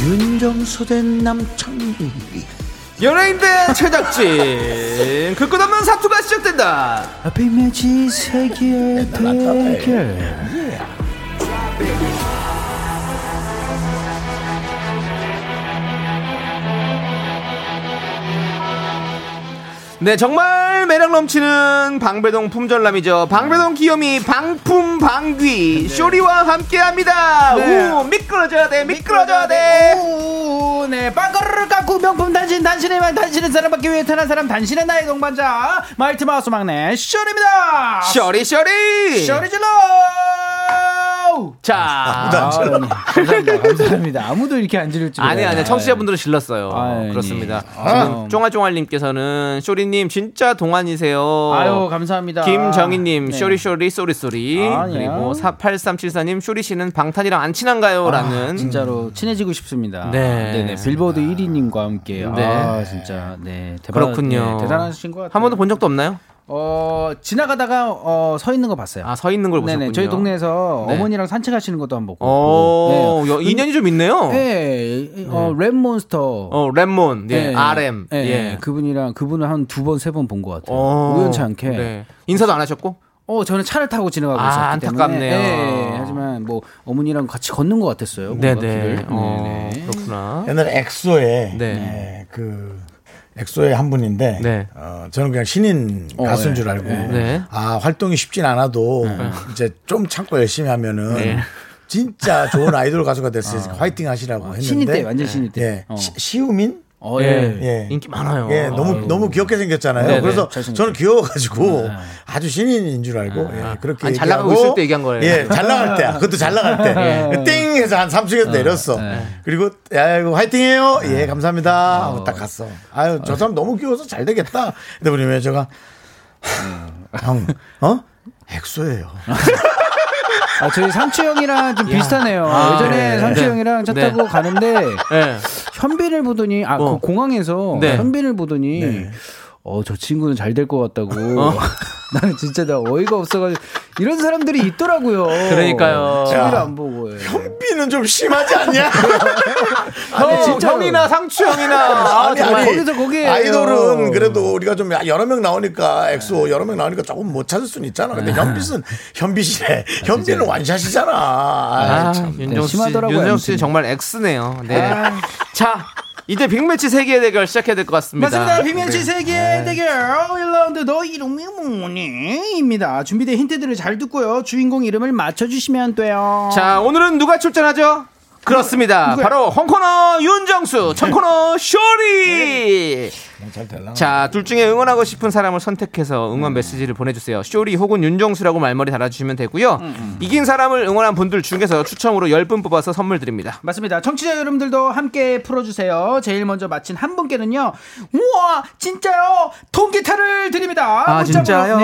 Speaker 1: 윤정수된 남창희
Speaker 2: 연예인대 제작진. 그 끝없는 사투가 시작된다. 네, 정말 매력 넘치는 방배동 품절남이죠. 방배동 귀요미 방품 방귀 쇼리와 함께합니다.
Speaker 7: 네.
Speaker 2: 우 미끄러져야 돼, 미끄러져야 돼.
Speaker 7: 네, 빵가루를 깎고 명품 단신, 단신의 말, 단신의 사랑받기 위해 태어난 사람, 단신의 나의 동반자, 마이트 마우스 막내, 쇼리입니다!
Speaker 2: 쇼리 쇼리. 아,
Speaker 7: 쇼리 질러!
Speaker 2: 자,
Speaker 7: [LAUGHS] 감사합니다. 감사합니다. 아무도 이렇게 안 지를 줄.
Speaker 2: 아니 아니 청취자분들은 질렀어요.
Speaker 7: 아니. 예,
Speaker 2: 그렇습니다.
Speaker 7: 아유.
Speaker 2: 지금
Speaker 7: 음.
Speaker 2: 쫑알쫑알님께서는 쇼리님 진짜 동안이세요.
Speaker 7: 네. 아유, 감사합니다.
Speaker 2: 김정희님
Speaker 7: 네.
Speaker 2: 쇼리쇼리 쏘리쏘리
Speaker 7: 아니요.
Speaker 2: 그리고 48374님 쇼리씨는 방탄이랑 안 친한가요라는
Speaker 7: 아, 진짜로 친해지고 싶습니다.
Speaker 2: 네.
Speaker 7: 네 빌보드 1위님과 함께.
Speaker 2: 네.
Speaker 7: 아, 진짜. 네. 대단,
Speaker 2: 그렇군요.
Speaker 7: 네, 대단하신 것 같아요.
Speaker 2: 한 번도 본 적도 없나요?
Speaker 7: 어, 지나가다가 어, 서 있는 거 봤어요.
Speaker 2: 아 서 있는 걸 보셨군요.
Speaker 7: 네네. 저희 동네에서
Speaker 2: 네.
Speaker 7: 어머니랑 산책하시는 것도 한번 보고.
Speaker 2: 어 여- 인연이 좀 있네요.
Speaker 7: 네. 네. 어, 랩몬스터.
Speaker 2: 어 랩몬, 예,
Speaker 7: 네.
Speaker 2: RM,
Speaker 7: 네,
Speaker 2: 예.
Speaker 7: 그분이랑 그분을 한 두 번, 세 번 본 것 같아요.
Speaker 2: 어,
Speaker 7: 우연치 않게.
Speaker 2: 네. 인사도 안 하셨고
Speaker 7: 어, 저는 차를 타고 지나가고
Speaker 2: 아,
Speaker 7: 있었기
Speaker 2: 안타깝네요.
Speaker 7: 때문에. 네, 하지만 뭐 어머니랑 같이 걷는 것 같았어요. 뭔가
Speaker 2: 네네.
Speaker 7: 길을.
Speaker 2: 어,
Speaker 7: 네네.
Speaker 2: 그렇구나.
Speaker 1: 옛날 엑소에
Speaker 2: 네.
Speaker 1: 네, 그 엑소의 한 분인데
Speaker 2: 네.
Speaker 1: 어, 저는 그냥 신인 가수인 줄 알고
Speaker 2: 네.
Speaker 1: 아 활동이 쉽진 않아도
Speaker 7: 네.
Speaker 1: 이제 좀 참고 열심히 하면은 진짜 좋은 아이돌 가수가 될 수 있으니까 화이팅 하시라고 했는데
Speaker 7: 신인 때, 완전 신인 때.
Speaker 1: 예,
Speaker 7: 어.
Speaker 1: 시, 시우민
Speaker 7: 어,
Speaker 2: 예.
Speaker 7: 예.
Speaker 1: 예.
Speaker 2: 인기 많아요.
Speaker 1: 예, 너무 너무 귀엽게 생겼잖아요.
Speaker 2: 어. 네네. 네.
Speaker 1: 그래서
Speaker 7: 잘생겼죠.
Speaker 1: 저는 귀여워가지고 아주 신인인 줄 알고 예, 그렇게
Speaker 2: 아니, 잘 나가고
Speaker 1: 얘기하고
Speaker 2: 있을 때 얘기한 거예요. 네.
Speaker 1: 예, 잘 나갈
Speaker 2: [LAUGHS]
Speaker 1: 때야. 그것도 잘 나갈 때. 땡 해서 한 3층에서 내렸어. 그리고 야 이거 화이팅해요.
Speaker 2: 네.
Speaker 1: 예, 감사합니다. 하고 딱 갔어. 아유 저 사람 너무 귀여워서 잘 되겠다. 근데 우리 매저가
Speaker 2: 음.
Speaker 1: 형, 어? 엑소예요.
Speaker 7: 아, 저희 상추 형이랑 [LAUGHS] 좀 아, 비슷하네요. 네. 예전에
Speaker 2: 네.
Speaker 7: 상추
Speaker 2: 네.
Speaker 7: 형이랑 차
Speaker 2: 네.
Speaker 7: 타고 [LAUGHS] 가는데
Speaker 2: 예.
Speaker 7: 현빈을 보더니 아,
Speaker 2: 어.
Speaker 7: 그 공항에서
Speaker 2: 네.
Speaker 7: 현빈을 보더니 어, 저 친구는 잘 될 것 같다고. [LAUGHS] 나는 진짜 나 어이가 없어가지고 이런 사람들이 있더라고요.
Speaker 2: 그러니까요.
Speaker 7: TV를
Speaker 1: 야.
Speaker 7: 안 보고.
Speaker 2: 네.
Speaker 7: 예.
Speaker 1: 현비는 좀 심하지 않냐?
Speaker 2: 형,
Speaker 7: 아, 진짜로.
Speaker 2: 형이나 상추 형이나 아,
Speaker 1: 아니,
Speaker 2: 정말
Speaker 1: 아니,
Speaker 7: 거기서 거기예요.
Speaker 1: 아이돌은 그래도 우리가 좀 여러 명 나오니까 엑소 여러 명 나오니까 조금 못 찾을 수는 있잖아. 근데 현빛은 현빛이래. 현빛은 완샷이잖아. 아,
Speaker 2: 아,
Speaker 1: 참.
Speaker 2: 윤정수 씨,
Speaker 7: 네, 심하더라고요, 아.
Speaker 2: 윤정수 씨
Speaker 7: 아무튼.
Speaker 2: 정말 X네요. 네. 자, 이제 빅매치 세계 대결 시작해야 될 것 같습니다. 네.
Speaker 7: 맞습니다. 네. 비명치 세계 대결 1라운드 너 이름이 뭐니? 입니다. 준비된 힌트들을 잘 듣고요. 주인공 이름을 맞춰주시면 돼요.
Speaker 2: 자, 오늘은 누가 출전하죠? 그렇습니다.
Speaker 7: 누구야? 네.
Speaker 2: 바로 홍코너 윤정수, 청코너 쇼리.
Speaker 1: 잘 될라.
Speaker 2: 자, 둘 중에 응원하고 싶은 사람을 선택해서 응원
Speaker 7: 네.
Speaker 2: 메시지를 보내주세요. 쇼리 혹은 윤정수라고 말머리 달아주시면
Speaker 7: 음,
Speaker 2: 되고요. 이긴 사람을 응원한 분들 중에서 추첨으로 10분 뽑아서 선물 드립니다.
Speaker 7: 맞습니다. 청취자 여러분들도 함께 풀어주세요. 제일 먼저 마친 한 분께는요. 우와 진짜요 통기타를 드립니다.
Speaker 2: 아,
Speaker 7: 문자번호-
Speaker 2: 진짜요?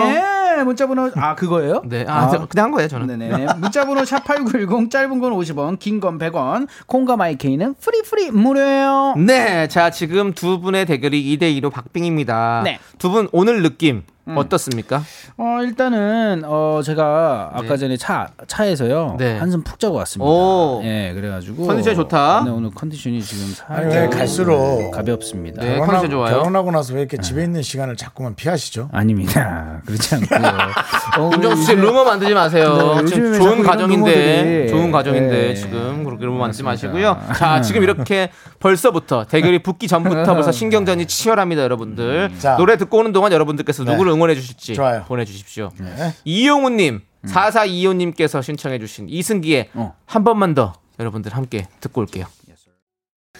Speaker 7: 네 문자번호 아 그거예요?
Speaker 2: [LAUGHS] 네, 아, 저- 그냥 한 거예요, 저는. [LAUGHS]
Speaker 7: 네네. 문자번호 샵8910 짧은 건 50원 긴 건 100원 콩과 마이케이는 프리프리 무료예요.
Speaker 2: 네, 자, 지금 두 분의 대결이 2대2로 박빙입니다.
Speaker 7: 네. 음.
Speaker 2: 두 분 오늘 느낌 어떻습니까?
Speaker 7: 어 일단은 어 제가 아까
Speaker 2: 네.
Speaker 7: 전에 차 차에서요
Speaker 2: 네.
Speaker 7: 한숨 푹 자고 왔습니다.
Speaker 2: 오.
Speaker 7: 예 그래가지고
Speaker 2: 컨디션이 좋다.
Speaker 7: 네, 오늘 컨디션이 지금 살짝
Speaker 1: 아니, 왜 갈수록
Speaker 7: 가볍습니다.
Speaker 2: 네, 컨디션 좋아요.
Speaker 1: 결혼하고 나서 왜 이렇게 집에 있는 시간을 자꾸만 피하시죠?
Speaker 7: 아닙니다. [LAUGHS] 그렇지 않고요. 어,
Speaker 2: 윤정수 씨 루머 만들지 마세요.
Speaker 7: 네,
Speaker 2: 지금
Speaker 7: 요즘에 자꾸
Speaker 2: 좋은
Speaker 7: 이런
Speaker 2: 가정인데
Speaker 7: 루머들이-
Speaker 2: 좋은 가정인데
Speaker 7: 네. 음.
Speaker 2: 지금 그렇게 루머 만들지 마시고요. 자, 지금 이렇게 벌써부터 대결이 붙기 전부터 벌써 신경전이 치열합니다, 여러분들.
Speaker 7: 음.
Speaker 1: 자.
Speaker 2: 노래 듣고 오는 동안 여러분들께서
Speaker 7: 네.
Speaker 2: 누구를 응원해 주실지
Speaker 1: 좋아요.
Speaker 2: 보내 주십시오. 이용훈 님, 4425 님께서 신청해 주신 이승기의
Speaker 7: 음. 어.
Speaker 2: 한 번만 더 여러분들 함께 듣고 올게요.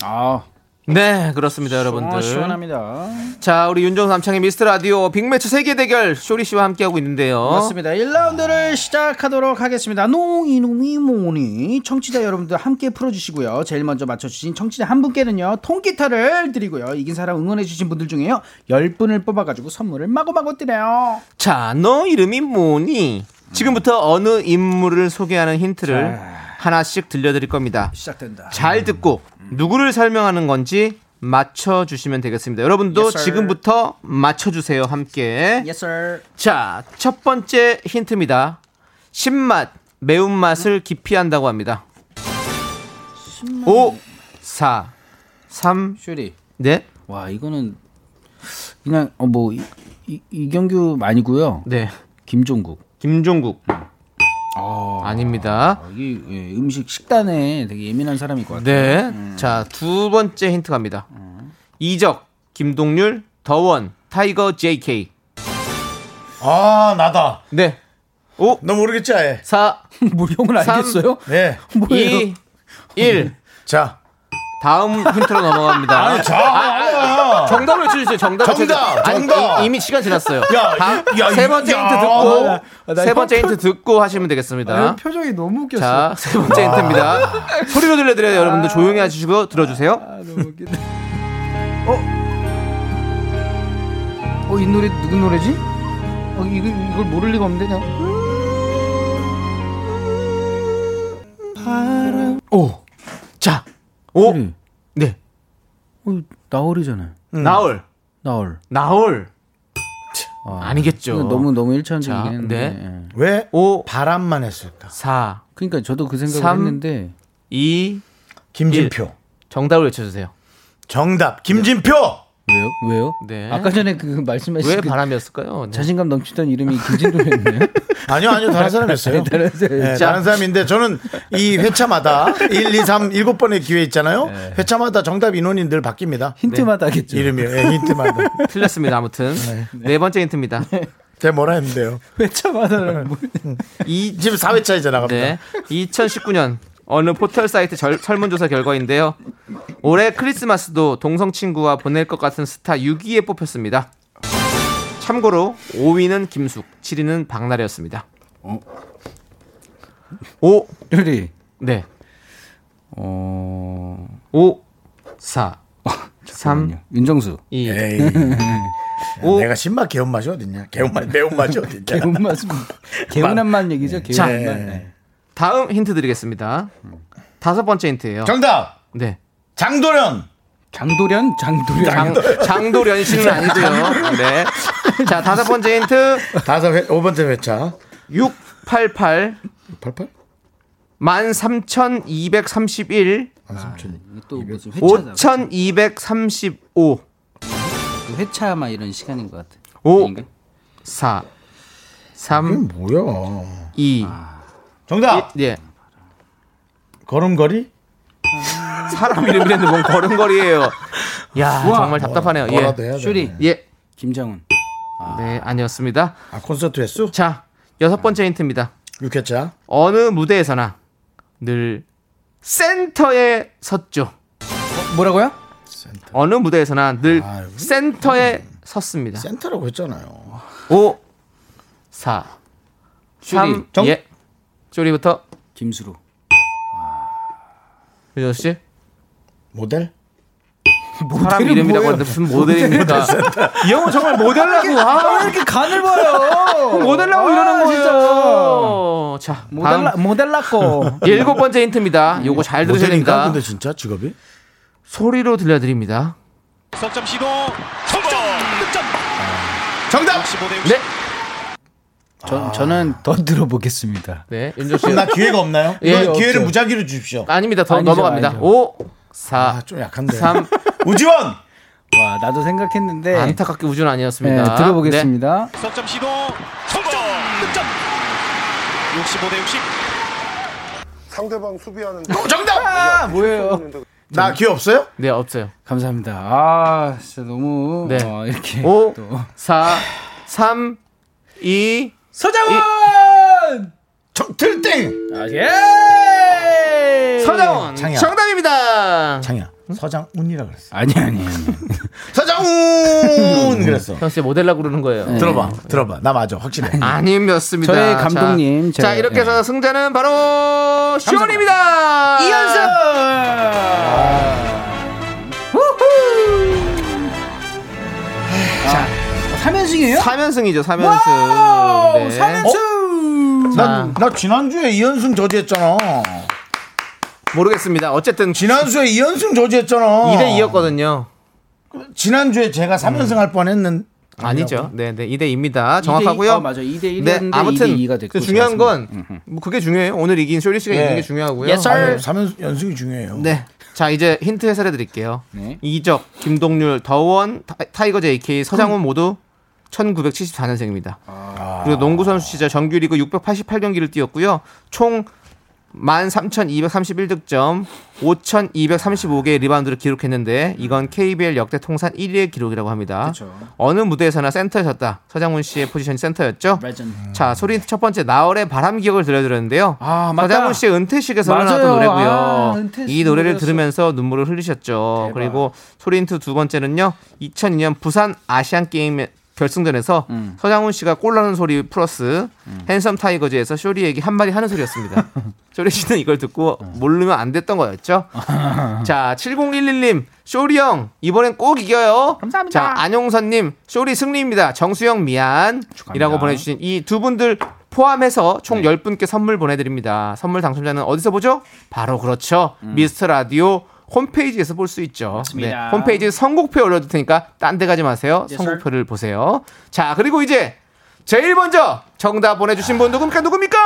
Speaker 7: 아,
Speaker 2: 네, 그렇습니다, 여러분들.
Speaker 7: 아 시원합니다.
Speaker 2: 자, 우리 윤정수 남창의 미스터 라디오 빅매치 세계 대결 쇼리 씨와 함께하고 있는데요.
Speaker 7: 맞습니다. 1라운드를 시작하도록 하겠습니다. 노 이놈이 뭐니 청취자 여러분들 함께 풀어주시고요. 제일 먼저 맞춰주신 청취자 한 분께는요. 통기타를 드리고요. 이긴 사람 응원해주신 분들 중에요. 10분을 뽑아가지고 선물을 마구마구 드려요.
Speaker 2: 자, 너 이름이 뭐니?
Speaker 7: 음.
Speaker 2: 지금부터 어느 인물을 소개하는 힌트를 하나씩 들려드릴 겁니다.
Speaker 7: 시작된다. 음.
Speaker 2: 잘 듣고 누구를 설명하는 건지 맞춰주시면 되겠습니다. 여러분도
Speaker 7: Yes, sir.
Speaker 2: 지금부터 맞춰주세요. 함께.
Speaker 7: Yes, sir.
Speaker 2: 자, 첫 번째 힌트입니다. 신맛, 매운맛을
Speaker 7: 음.
Speaker 2: 기피한다고 합니다. 5, 4, 3,
Speaker 7: 슈리.
Speaker 2: 네,
Speaker 7: 와, 이거는 그냥, 어, 뭐, 이, 이, 이경규 아니고요.
Speaker 2: 네.
Speaker 7: 김종국.
Speaker 2: 김종국. 음. 아닙니다.
Speaker 7: 아, 이게 예, 음식 식단에 되게 예민한 사람일 것 같아요.
Speaker 2: 네.
Speaker 7: 음.
Speaker 2: 자, 두 번째 힌트 갑니다. 이적, 김동률, 더원, 타이거, JK.
Speaker 1: 아 나다.
Speaker 2: 네. 5,
Speaker 1: 너 모르겠지 아예.
Speaker 7: [LAUGHS]
Speaker 2: 4,
Speaker 7: 뭐, 형을
Speaker 2: 삼.
Speaker 7: 알겠어요?
Speaker 1: 네.
Speaker 2: 2, 1.
Speaker 1: 자.
Speaker 2: 다음 힌트로
Speaker 7: [LAUGHS]
Speaker 2: 넘어갑니다.
Speaker 1: 아니 자. 아,
Speaker 2: 정답을 외쳐주세요. 정답을
Speaker 1: 정답,
Speaker 2: 외쳐주세요. 아니,
Speaker 1: 정답.
Speaker 2: 이- 이미 시간 지났어요.
Speaker 1: 야,
Speaker 2: 다음,
Speaker 1: 야,
Speaker 2: 세 번째
Speaker 1: 야,
Speaker 2: 힌트
Speaker 1: 나-
Speaker 2: 듣고
Speaker 7: 어. 아, 나
Speaker 2: 세 번째
Speaker 7: 형
Speaker 2: 힌트 듣고 하시면 되겠습니다.
Speaker 7: 표정이 너무 웃겼어.
Speaker 2: 자,
Speaker 7: 아.
Speaker 2: 세 번째 힌트입니다. 소리로 들려드려요. 여러분들 조용히 해주시고 들어주세요.
Speaker 7: 너무 웃긴다. 어? 어, 이 노래 누구 노래지? 어, 이거, 이걸 모를 리가 없는데, 나.
Speaker 2: 오. 자, 오.
Speaker 7: 음.
Speaker 2: 네.
Speaker 7: 어, 나얼이잖아요.
Speaker 2: 나올.
Speaker 7: 나얼.
Speaker 2: 나올 아니겠죠.
Speaker 7: 너무, 너무
Speaker 2: 자,
Speaker 7: 일차원적이긴 했는데.
Speaker 2: 네.
Speaker 7: 예.
Speaker 1: 왜
Speaker 2: 5
Speaker 1: 바람만 했을까?
Speaker 2: 4
Speaker 7: 그러니까 저도 그 생각을
Speaker 2: 삼.
Speaker 7: 했는데.
Speaker 2: 2
Speaker 1: 김진표.
Speaker 2: 정답을 외쳐 주세요.
Speaker 1: 예. 정답 김진표.
Speaker 7: 왜요? 왜요?
Speaker 2: 네.
Speaker 7: 아까 전에 그 말씀하신
Speaker 2: 왜
Speaker 7: 그
Speaker 2: 바람이었을까요? 네.
Speaker 7: 자신감 넘치던 이름이 김진도였네요. [LAUGHS]
Speaker 1: 아니요 아니요 다른 사람이었어요.
Speaker 7: 다른 사람.
Speaker 1: 네, 다른 사람인데 저는 이 회차마다 1, 2, 3 일곱 번의 기회 있잖아요. 회차마다 정답 인원이 늘 바뀝니다.
Speaker 7: 힌트마다 하겠죠.
Speaker 1: 이름이요. 예, 힌트마다.
Speaker 2: 틀렸습니다.
Speaker 7: [LAUGHS]
Speaker 2: 아무튼 네, 번째 힌트입니다.
Speaker 7: 네.
Speaker 1: 제가 뭐라 했는데요.
Speaker 7: 회차마다는 뭘.
Speaker 2: 이
Speaker 1: 지금 4회차이제 나갑니다.
Speaker 2: 네. 2019년 어느 포털 사이트 절- 설문조사 결과인데요. 올해 크리스마스도 동성 친구와 보낼 것 같은 스타 6위에 뽑혔습니다. 참고로 5위는 김숙, 7위는 박나래였습니다.
Speaker 7: 어?
Speaker 2: 5
Speaker 7: 리
Speaker 2: 네.
Speaker 7: 어.
Speaker 2: 5 4 3
Speaker 7: 아, 잠깐만요. 윤정수.
Speaker 2: 2
Speaker 1: 에이.
Speaker 2: 오.
Speaker 1: 예, 내가 신맛 개운맛이 어딨냐? 개운맛 매운맛이 어딨냐?
Speaker 7: [LAUGHS]
Speaker 1: 예.
Speaker 7: 개운맛. 개운한 맛 얘기죠.
Speaker 2: 자.
Speaker 7: 개운한 맛. 네.
Speaker 2: 다음 힌트 드리겠습니다. 다섯 번째 힌트예요.
Speaker 1: 정답
Speaker 2: 네.
Speaker 1: 장도련.
Speaker 7: 장도련, 장도련.
Speaker 2: 장, 장도련 씨는 아니고요. 네. 자, 다섯 번째 힌트.
Speaker 1: 다섯 회 5번째 회차.
Speaker 2: 688
Speaker 1: 88?
Speaker 2: 13231
Speaker 1: 아, 삼촌.
Speaker 7: 또 무슨 회차다.
Speaker 2: 5235
Speaker 7: 그 회차 막 이런 시간인 것 같아.
Speaker 2: 오.
Speaker 7: 아닌가?
Speaker 2: 4 3
Speaker 1: 이게 뭐야?
Speaker 2: 2
Speaker 1: 정답.
Speaker 2: 예.
Speaker 1: 걸음걸이?
Speaker 2: 사람 이름이라는데 뭔 걸음걸이에요. 야, 정말 답답하네요.
Speaker 1: 뭐라도
Speaker 2: 예.
Speaker 1: 해야
Speaker 7: 슈리.
Speaker 1: 돼.
Speaker 2: 예.
Speaker 7: 김정은.
Speaker 2: 네, 아니었습니다.
Speaker 1: 아, 콘서트 횟수?
Speaker 2: 자, 여섯 번째 힌트입니다.
Speaker 1: 6회차.
Speaker 2: 어느 무대에서나 늘 센터에 섰죠.
Speaker 7: 뭐라고요?
Speaker 2: 어느 무대에서나 늘
Speaker 1: 아이고.
Speaker 2: 센터에
Speaker 7: 음.
Speaker 2: 섰습니다.
Speaker 1: 센터라고 했잖아요.
Speaker 2: 5 4 3
Speaker 7: 정-
Speaker 2: 예. 쪼리부터
Speaker 7: 김수로.
Speaker 2: 유정 씨.
Speaker 1: 모델?
Speaker 2: 사람 이름이라고 하는데 무슨 모델입니까? 이 형은 정말 모델라고 아,
Speaker 7: 왜 이렇게 간을 봐요?
Speaker 2: [LAUGHS] 모델라고
Speaker 7: 아,
Speaker 2: 이러는
Speaker 7: 진짜.
Speaker 2: 거예요. 자, 다음
Speaker 7: 모델라 모델라고.
Speaker 2: [LAUGHS] 일곱 번째 힌트입니다. 요거 잘 들으셔야
Speaker 1: 모델인가?
Speaker 2: 됩니다.
Speaker 1: 근데 진짜 직업이?
Speaker 2: 소리로 들려드립니다.
Speaker 8: 석점 시도 성점 득점
Speaker 2: 정답. 네,
Speaker 7: 저, 저는 더 들어보겠습니다.
Speaker 2: 네, 윤정 씨.
Speaker 1: 그럼 나 기회가 없나요?
Speaker 2: 예,
Speaker 1: 이거
Speaker 2: 없죠.
Speaker 1: 기회를 무작위로 주십시오.
Speaker 2: 아닙니다. 더
Speaker 7: 아니죠,
Speaker 2: 넘어갑니다.
Speaker 7: 아니죠. 네. 어,
Speaker 2: 오, 사,
Speaker 1: 아, 좀 약한데.
Speaker 2: 삼.
Speaker 1: 우지원!
Speaker 7: 와 나도 생각했는데
Speaker 2: 안타깝게 우준
Speaker 7: 네,
Speaker 2: 아니었습니다.
Speaker 7: 들어보겠습니다.
Speaker 8: 석점 시도 성점 득점 65 대 60
Speaker 9: 상대방 수비하는
Speaker 7: 아 뭐예요?
Speaker 1: 나 기회 없어요?
Speaker 2: 네, 네, 없어요.
Speaker 7: 감사합니다. 아 진짜 너무
Speaker 2: 네.
Speaker 7: 어, 이렇게
Speaker 2: 오,
Speaker 7: 또
Speaker 2: 사, 삼, 이.
Speaker 7: 서장훈
Speaker 1: 저, 들땡!
Speaker 7: 아, 예
Speaker 2: 서장훈
Speaker 1: 장이야.
Speaker 2: 정답입니다.
Speaker 1: 장이야. 서장훈이라 그랬어.
Speaker 7: 아니 [LAUGHS] 아니 아니 [LAUGHS]
Speaker 1: 서장훈! 그랬어.
Speaker 2: 형씨 모델라고 그러는 거예요.
Speaker 1: 들어봐,
Speaker 7: 음.
Speaker 1: 들어봐. 나 맞아, 확실해.
Speaker 2: 아니었습니다.
Speaker 7: 네. 저희 감독님, 네.
Speaker 2: 자, 자
Speaker 7: 저희,
Speaker 2: 이렇게 해서 승자는 바로 시원입니다.
Speaker 1: 아. 아.
Speaker 7: 삼연승이에요?
Speaker 2: 3연승이죠, 3연승. 네.
Speaker 7: 삼연승
Speaker 1: 난, 어? 나 지난주에 이현승 저지했잖아.
Speaker 2: 모르겠습니다. 어쨌든
Speaker 1: 지난주에 이현승
Speaker 7: 어.
Speaker 1: 저지했잖아.
Speaker 2: 2대 2였거든요.
Speaker 1: 지난주에 제가 3연승 할 뻔했는
Speaker 2: 아니죠. 네, 네. 2대 2입니다. 정확하고요.
Speaker 7: 어, 맞아 2대 1이었는데
Speaker 2: 네, 아무튼
Speaker 7: 2대 2가 됐고
Speaker 2: 그 중요한 건 뭐 그게 중요해요. 오늘 이긴 쇼리 씨가 이긴
Speaker 1: 네.
Speaker 2: 게 중요하고요.
Speaker 7: Yes, sir.
Speaker 1: 아니, 3연승이 중요해요.
Speaker 2: 예, 네. 자, 이제 힌트 해설해 드릴게요.
Speaker 7: 네.
Speaker 2: 이적, 김동률, 더원, 타- 타이거 JK, 서장훈 모두 1974년생입니다.
Speaker 7: 아.
Speaker 2: 그리고 농구 선수 시절 정규리그 688경기를 뛰었고요. 총 13,231득점, 5,235개의 리바운드를 기록했는데 이건 KBL 역대 통산 1위의 기록이라고 합니다. 어느 무대에서나 센터였다. 서장훈 씨의 포지션이 센터였죠.
Speaker 7: 레전드.
Speaker 2: 자, 소리 힌트 첫 번째 나월의 바람 기억을 들려드렸는데요.
Speaker 7: 아, 맞다.
Speaker 2: 서장훈 씨의 은퇴식에서
Speaker 7: 맞아요.
Speaker 2: 흘러나왔던 노래고요.
Speaker 7: 아, 은퇴식
Speaker 2: 이 노래를
Speaker 7: 노래였어.
Speaker 2: 들으면서 눈물을 흘리셨죠. 그리고 소리 힌트 두 번째는요. 2002년 부산 아시안 게임 결승전에서
Speaker 7: 음.
Speaker 2: 서장훈 씨가 골 나는 소리 플러스 핸섬 타이거즈에서 쇼리에게 한마디 하는
Speaker 7: [LAUGHS]
Speaker 2: 소리였습니다. 쇼리 씨는 이걸 듣고
Speaker 7: 음.
Speaker 2: 모르면 안 됐던 거였죠. 자, 7011님, 쇼리 형, 이번엔 꼭 이겨요.
Speaker 7: 감사합니다.
Speaker 2: 자, 안용선님, 쇼리 승리입니다. 정수영 미안. 이라고 보내주신 이 두 분들 포함해서 총
Speaker 7: 네.
Speaker 2: 10분께 선물 보내드립니다. 선물 당첨자는 어디서 보죠? 바로 그렇죠. 미스터 라디오 홈페이지에서 볼 수 있죠.
Speaker 7: 음.
Speaker 2: 네,
Speaker 7: 맞습니다.
Speaker 2: 홈페이지 선곡표에 올려둘 테니까 딴 데 가지 마세요.
Speaker 7: sir.
Speaker 2: 선곡표를 보세요. 자, 그리고 이제 제일 먼저 정답 보내주신 분 누굽니까? 누굽니까?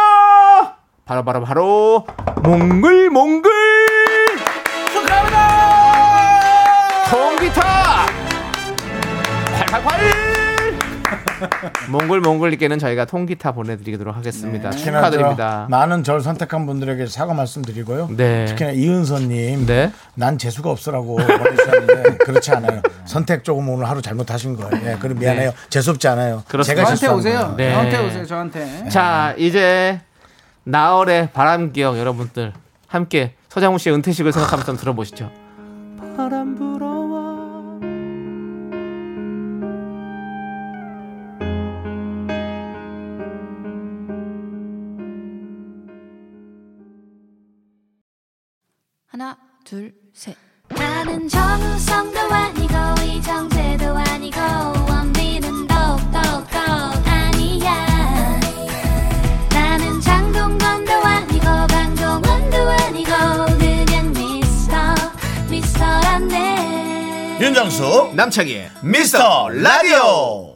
Speaker 2: 바로 바로 바로 몽글몽글 통기타 활활활 몽글몽글님께는 저희가 통기타 보내드리도록 하겠습니다
Speaker 1: 특히나
Speaker 2: 축하드립니다
Speaker 1: 저 많은 저를 선택한 분들에게 사과 말씀드리고요.
Speaker 2: 네.
Speaker 1: 특히나 이은서님,
Speaker 2: 네.
Speaker 1: 난 재수가 없어라고
Speaker 2: [LAUGHS]
Speaker 1: 말했었는데 그렇지 않아요. 선택 조금 오늘 하루 잘못하신 거예요. 예, 그럼 미안해요. 재수 없지 않아요.
Speaker 2: 네. 그렇습니다.
Speaker 1: 제가
Speaker 7: 저한테
Speaker 1: 실수한
Speaker 7: 오세요.
Speaker 1: 거예요.
Speaker 2: 네.
Speaker 7: 저한테 오세요. 저한테.
Speaker 2: 자 이제 나얼의 바람기억 여러분들 함께 서장훈 씨의 은퇴식을 생각하면서 한번 들어보시죠 바람 불어와
Speaker 5: 하나 둘셋
Speaker 4: 나는 정우성도 아니고 이정재도 아니고 원빈은 더욱더 아니야 나는 장동건도 아니고 강동원도 아니고 그냥 미스터 미스터란데
Speaker 1: 윤정수
Speaker 2: 남창희의
Speaker 1: 미스터 라디오.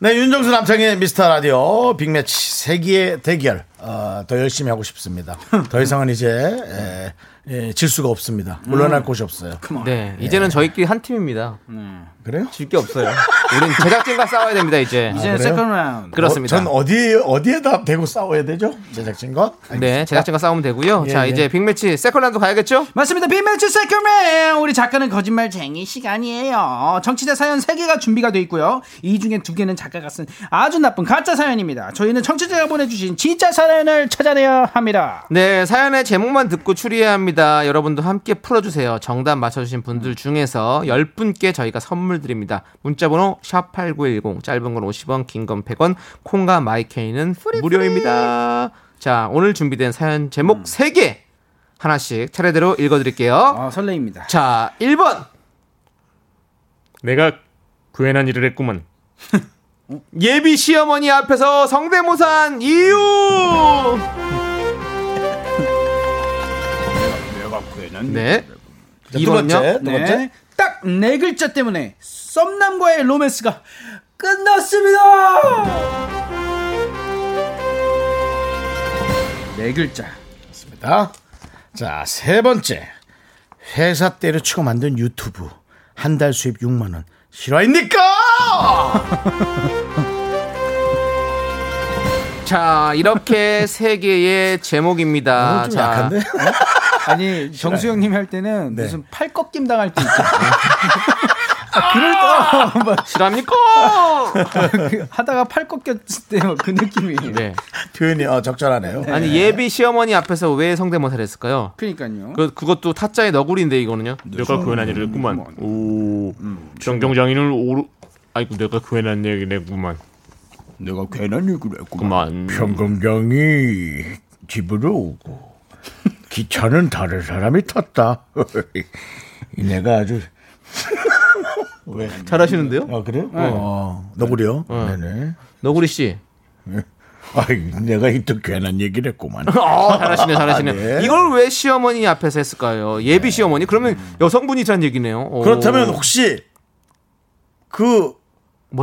Speaker 1: 네, 윤정수 남창의 미스터 라디오 빅매치 세기의 대결 어, 더 열심히 하고 싶습니다. 더 이상은 이제 에, 에, 질 수가 없습니다. 물러날 곳이 없어요.
Speaker 2: 네 이제는 저희끼리 한 팀입니다
Speaker 1: 그래요?
Speaker 2: 질 게 없어요 우린 제작진과 싸워야 됩니다 이제.
Speaker 1: 아, 그래요?
Speaker 2: 그렇습니다.
Speaker 1: 어, 전 어디 어디에다 대고 싸워야 되죠? 제작진과?
Speaker 2: 네, 제작진과 싸우면 되고요.
Speaker 1: 예,
Speaker 2: 자,
Speaker 1: 예.
Speaker 2: 이제 빅매치 세컨란드 가야겠죠?
Speaker 7: 맞습니다. 빅매치 세컨맨 우리 작가는 거짓말쟁이 시간이에요. 정치자 사연 3개가 준비가 돼 있고요. 이 중에 2개는 작가가 쓴 아주 나쁜 가짜 사연입니다. 저희는 청취자가 보내주신 진짜 사연을 찾아내야 합니다.
Speaker 2: 네, 사연의 제목만 듣고 추리해야 합니다. 여러분도 함께 풀어주세요. 정답 맞춰주신 분들 중에서 10분께 저희가 선물 드립니다. 문자번호 샵8910, 짧은 건 50원, 긴 건 100원, 콩과 마이케이는 무료입니다. 자, 오늘 준비된 사연 제목
Speaker 1: 음.
Speaker 2: 3개 하나씩 차례대로 읽어드릴게요.
Speaker 7: 설레입니다.
Speaker 2: 자, 1번. 내가
Speaker 8: 괜한 일을 했구만.
Speaker 2: 예비 시어머니 앞에서 성대모사한 이유! 네.
Speaker 7: 자,
Speaker 2: 이 번요?
Speaker 7: 네. 딱 네 글자 때문에 썸남과의 로맨스가 끝났습니다. 네 글자.
Speaker 1: 맞습니다. 자, 세 번째. 회사 때려치고 만든 유튜브. 한 달 수입 6만원. 실화입니까? [LAUGHS]
Speaker 2: 자, 이렇게 [LAUGHS] 세 개의
Speaker 1: 아,
Speaker 2: 제목입니다. 자,
Speaker 7: 아니 정수 형님이 할 때는 무슨 팔 꺾임 당할 때 있죠. 그럴 때
Speaker 1: [LAUGHS]
Speaker 2: 실합니까?
Speaker 7: 그 하다가 팔 꺾였을 때 그 느낌이.
Speaker 2: 네.
Speaker 1: 표현이 어, 적절하네요.
Speaker 2: 아니 예비 시어머니 앞에서 왜 성대모사를 했을까요?
Speaker 7: 그러니까요.
Speaker 2: 그 그것도 타짜의 너구리인데 이거는요.
Speaker 1: 네.
Speaker 8: 내가 괜한 일을 했구만. 오, 정경장인을 오르. 아이고 내가 괜한 얘기를 했구만.
Speaker 1: 내가 괜한 얘기를
Speaker 8: 했구만.
Speaker 1: 평강장이 집으로 오고 기차는 다른 사람이 탔다. [LAUGHS] 내가 아주 왜?
Speaker 2: 잘하시는데요?
Speaker 1: 아 그래요? 어, 너구리요? 네네. [LAUGHS]
Speaker 2: 너구리 씨.
Speaker 1: 아, 내가 이또 괜한 얘기를 했구만.
Speaker 2: 어, 잘하시네, 잘하시네.
Speaker 1: 네.
Speaker 2: 이걸 왜 시어머니 앞에서 했을까요? 예비 시어머니? 그러면 여성분이란 얘기네요. 오.
Speaker 1: [LAUGHS] 음. 그렇다면 혹시 그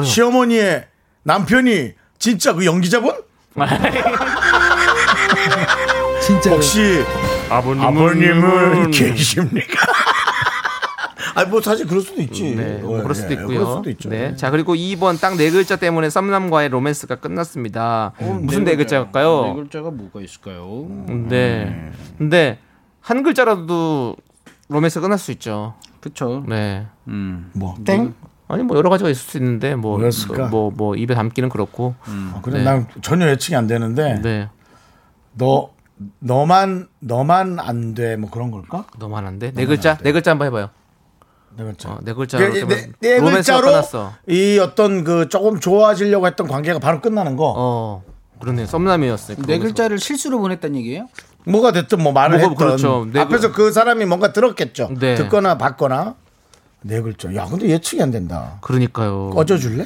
Speaker 1: 시어머니의 남편이 진짜 그 연기자분?
Speaker 7: 진짜
Speaker 1: 혹시
Speaker 8: 아버님은,
Speaker 1: 아버님은 계십니까? [LAUGHS] 아니 뭐 사실 그럴 수도 있지.
Speaker 2: 네, 뭐
Speaker 1: 어,
Speaker 2: 그럴 수도
Speaker 1: 예,
Speaker 2: 있고요.
Speaker 1: 그럴 수도 있죠.
Speaker 2: 네. 자, 그리고 2번 딱 네 글자 때문에 썸남과의 로맨스가 끝났습니다.
Speaker 1: 어,
Speaker 2: 무슨 네
Speaker 7: 네
Speaker 2: 글자일까요?
Speaker 7: 글자가 뭐가 있을까요?
Speaker 1: 음,
Speaker 2: 네. 근데 한 글자라도 로맨스 끝날 수 있죠.
Speaker 7: 그렇죠.
Speaker 2: 네.
Speaker 1: 뭐 땡?
Speaker 2: 아니 뭐 여러 가지가 있을 수 있는데 뭐 뭐
Speaker 1: 뭐였을까?
Speaker 2: 뭐 입에 담기는 그렇고.
Speaker 1: 아, 그래
Speaker 2: 네.
Speaker 1: 난 전혀 예측이 안 되는데
Speaker 2: 네.
Speaker 1: 너 너만 너만 안 돼 뭐 그런 걸까?
Speaker 2: 너무 많은데. 네 글자. 네 글자 한번 해 봐요.
Speaker 1: 네 음, 글자.
Speaker 2: 어, 네 글자.
Speaker 1: 네, 네, 네
Speaker 2: 로맨스가
Speaker 1: 글자로
Speaker 2: 끝났어.
Speaker 1: 이 어떤 그 조금 좋아지려고 했던 관계가 바로 끝나는 거.
Speaker 2: 어. 그러네요. 썸남이었어요.
Speaker 7: 네 글자를 실수로 보냈다는 얘기예요?
Speaker 1: 뭐가 됐든 뭐 말을
Speaker 2: 뭐가
Speaker 1: 했던
Speaker 2: 그렇죠. 네
Speaker 1: 앞에서 그 사람이 뭔가 들었겠죠.
Speaker 2: 네.
Speaker 1: 듣거나 봤거나 네 글자. 야 근데 예측이 안 된다.
Speaker 2: 그러니까요.
Speaker 1: 꺼져줄래?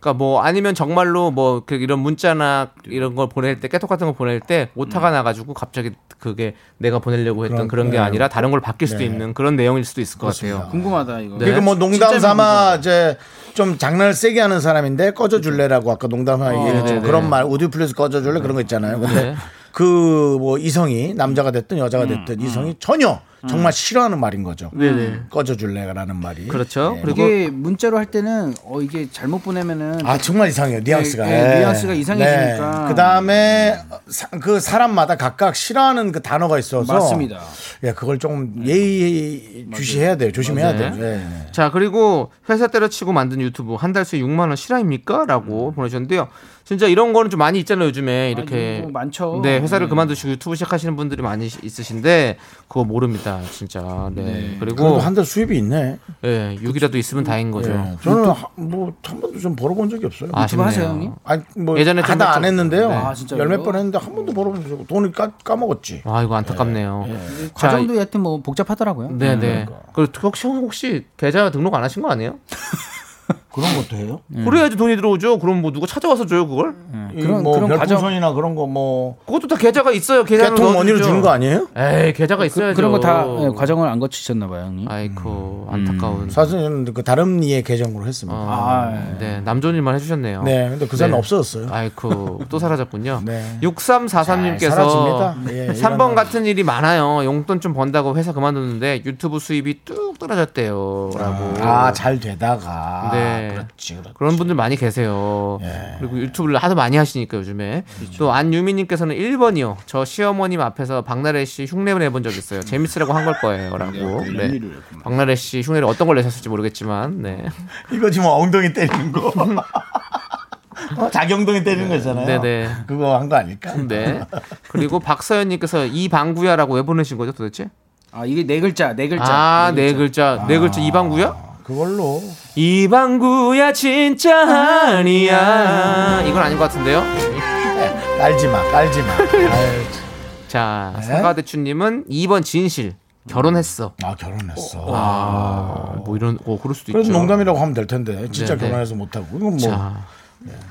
Speaker 2: 그러니까 뭐 아니면 정말로 뭐 그 이런 문자나 이런 걸 보낼 때 깨톡 같은 거 보낼 때 오타가 나가지고 갑자기 그게 내가 보내려고
Speaker 1: 그런-
Speaker 2: 했던 그런 게
Speaker 1: 네.
Speaker 2: 아니라 다른 걸 바뀔 수도
Speaker 1: 네.
Speaker 2: 있는 그런 내용일 수도 있을 것 같아요.
Speaker 7: 궁금하다 이거.
Speaker 2: 네.
Speaker 1: 그러니까 뭐 농담
Speaker 7: 진짜
Speaker 1: 삼아 이제 좀 장난을 세게 하는 사람인데 꺼져줄래라고 아까 농담
Speaker 7: 어,
Speaker 1: 삼아 얘기했죠.
Speaker 2: 네네.
Speaker 1: 그런 말 우드 플레스 꺼져줄래 그런 거 있잖아요. 근데
Speaker 2: 네.
Speaker 1: 그 뭐 이성이 남자가 됐든
Speaker 7: 음,
Speaker 1: 여자가 됐든 이성이 전혀 정말 싫어하는 말인 거죠.
Speaker 7: 네,
Speaker 1: 음, 꺼져줄래라는 말이.
Speaker 2: 그렇죠. 그리고
Speaker 7: 이게 문자로 할 때는 어 이게 잘못 보내면은
Speaker 1: 아 정말 이상해요 뉘앙스가. 예.
Speaker 7: 네, 네, 뉘앙스가 이상해지니까.
Speaker 1: 그 다음에 그 사람마다 각각 싫어하는 그 단어가 있어서
Speaker 7: 맞습니다.
Speaker 1: 예, 그걸 조금 예의 주시해야 돼요.
Speaker 7: 어,
Speaker 1: 조심해야
Speaker 7: 네.
Speaker 2: 맞아요.
Speaker 1: 돼요. 예, 예.
Speaker 2: 자 그리고 회사 때려치고 만든 유튜브 한 달수에 6만 원 실화입니까?라고 보내주셨는데요. 진짜 이런 거는 좀 많이 있잖아요 요즘에 이렇게
Speaker 7: 이거 뭐 많죠.
Speaker 2: 네 회사를
Speaker 7: 네.
Speaker 2: 그만두시고 유튜브 시작하시는 분들이 많이 있으신데 그거 모릅니다 진짜. 네,
Speaker 1: 그래도
Speaker 2: 그리고
Speaker 1: 한 달 수입이 있네.
Speaker 2: 예 6이라도 있으면 다행인 거죠.
Speaker 1: 예, 저는 뭐 한 번도 좀 벌어본 적이 없어요.
Speaker 2: 네. 아쉽네요.
Speaker 7: 하세요, 형님?
Speaker 1: 아니 뭐
Speaker 2: 예전에
Speaker 1: 예전에
Speaker 2: 좀
Speaker 1: 하다 안
Speaker 2: 했죠.
Speaker 1: 했는데요.
Speaker 2: 네.
Speaker 7: 아, 진짜요?
Speaker 1: 열몇 번 했는데 한 번도 벌어본 적 없고 돈을 까, 까먹었지.
Speaker 2: 아 이거
Speaker 1: 예,
Speaker 2: 안타깝네요. 자, 음,
Speaker 7: 과정도 여하튼 뭐 복잡하더라고요.
Speaker 1: 음.
Speaker 2: 네네. 그리고 혹시 혹시 계좌 등록 안 하신 거 아니에요?
Speaker 1: 그런 것도 해요?
Speaker 2: 네.
Speaker 7: 음.
Speaker 2: 그래야지 돈이 들어오죠. 그럼 뭐 누가 찾아와서 줘요 그걸?
Speaker 1: 그런 뭐
Speaker 2: 그런 과정-
Speaker 1: 별풍선이나 그런 거 뭐
Speaker 2: 그것도 다 계좌가 있어요. 계좌로
Speaker 1: 개통 원의로
Speaker 2: 넣어주죠.
Speaker 1: 주는 거 아니에요?
Speaker 2: 에이 계좌가 있어야죠.
Speaker 7: 그, 런 거 다 과정을 안 거치셨나 봐요, 형님.
Speaker 1: 음.
Speaker 2: 아이고 안타까운.
Speaker 1: 사실 저는 그 다른 이의 계정으로 했습니다.
Speaker 2: 아, 네 남존일만 해주셨네요.
Speaker 1: 네, 근데 그 사람
Speaker 2: 네.
Speaker 1: 없어졌어요.
Speaker 2: 아이고 또 사라졌군요.
Speaker 1: 네.
Speaker 2: 6343님께서
Speaker 1: 사라집니다. 예,
Speaker 2: 3번
Speaker 1: 이런-
Speaker 2: 같은 일이 많아요. 용돈 좀 번다고 회사 그만뒀는데 유튜브 수입이 뚝 떨어졌대요라고.
Speaker 1: 아, 잘 되다가.
Speaker 2: 네.
Speaker 1: 그렇지, 그렇지.
Speaker 2: 그런 분들 많이 계세요. 그리고 유튜브를 하도 많이 하시니까 요즘에. 또 안유미님께서는 1번이요. 저 시어머님 앞에서 박나래 씨 흉내를 내본 적 있어요. 재밌으라고 한 걸 거예요. 라고. 네. 박나래 씨 흉내를 어떤 걸 내셨을지 모르겠지만. 네.
Speaker 1: 이거 지금 엉덩이 때리는
Speaker 2: [LAUGHS]
Speaker 1: 거. 어, 자기 엉덩이 때리는 거 있잖아요.
Speaker 2: 네네.
Speaker 1: 그거 한 거 아닐까?
Speaker 2: 네. 그리고 박서연님께서 이방구야라고 왜 보내신 거죠 도대체?
Speaker 7: 아 이게 네 글자, 네 글자.
Speaker 2: 아, 네 글자. 네 글자 이방구야?
Speaker 1: 그걸로.
Speaker 2: 이방구야 진짜 아니야. 이건 아닌 것 같은데요?
Speaker 1: 깔지 마, 깔지
Speaker 2: [LAUGHS]
Speaker 1: 마. 아유,
Speaker 2: 자, 사과대추님은 2번 진실. 결혼했어.
Speaker 1: 아, 결혼했어.
Speaker 2: 아, 뭐 이런, 어, 그럴 수도
Speaker 1: 그래도
Speaker 2: 있죠.
Speaker 1: 농담이라고 하면 될 텐데 진짜
Speaker 2: 네, 네.
Speaker 1: 결혼해서 못하고 이건 뭐
Speaker 2: 자,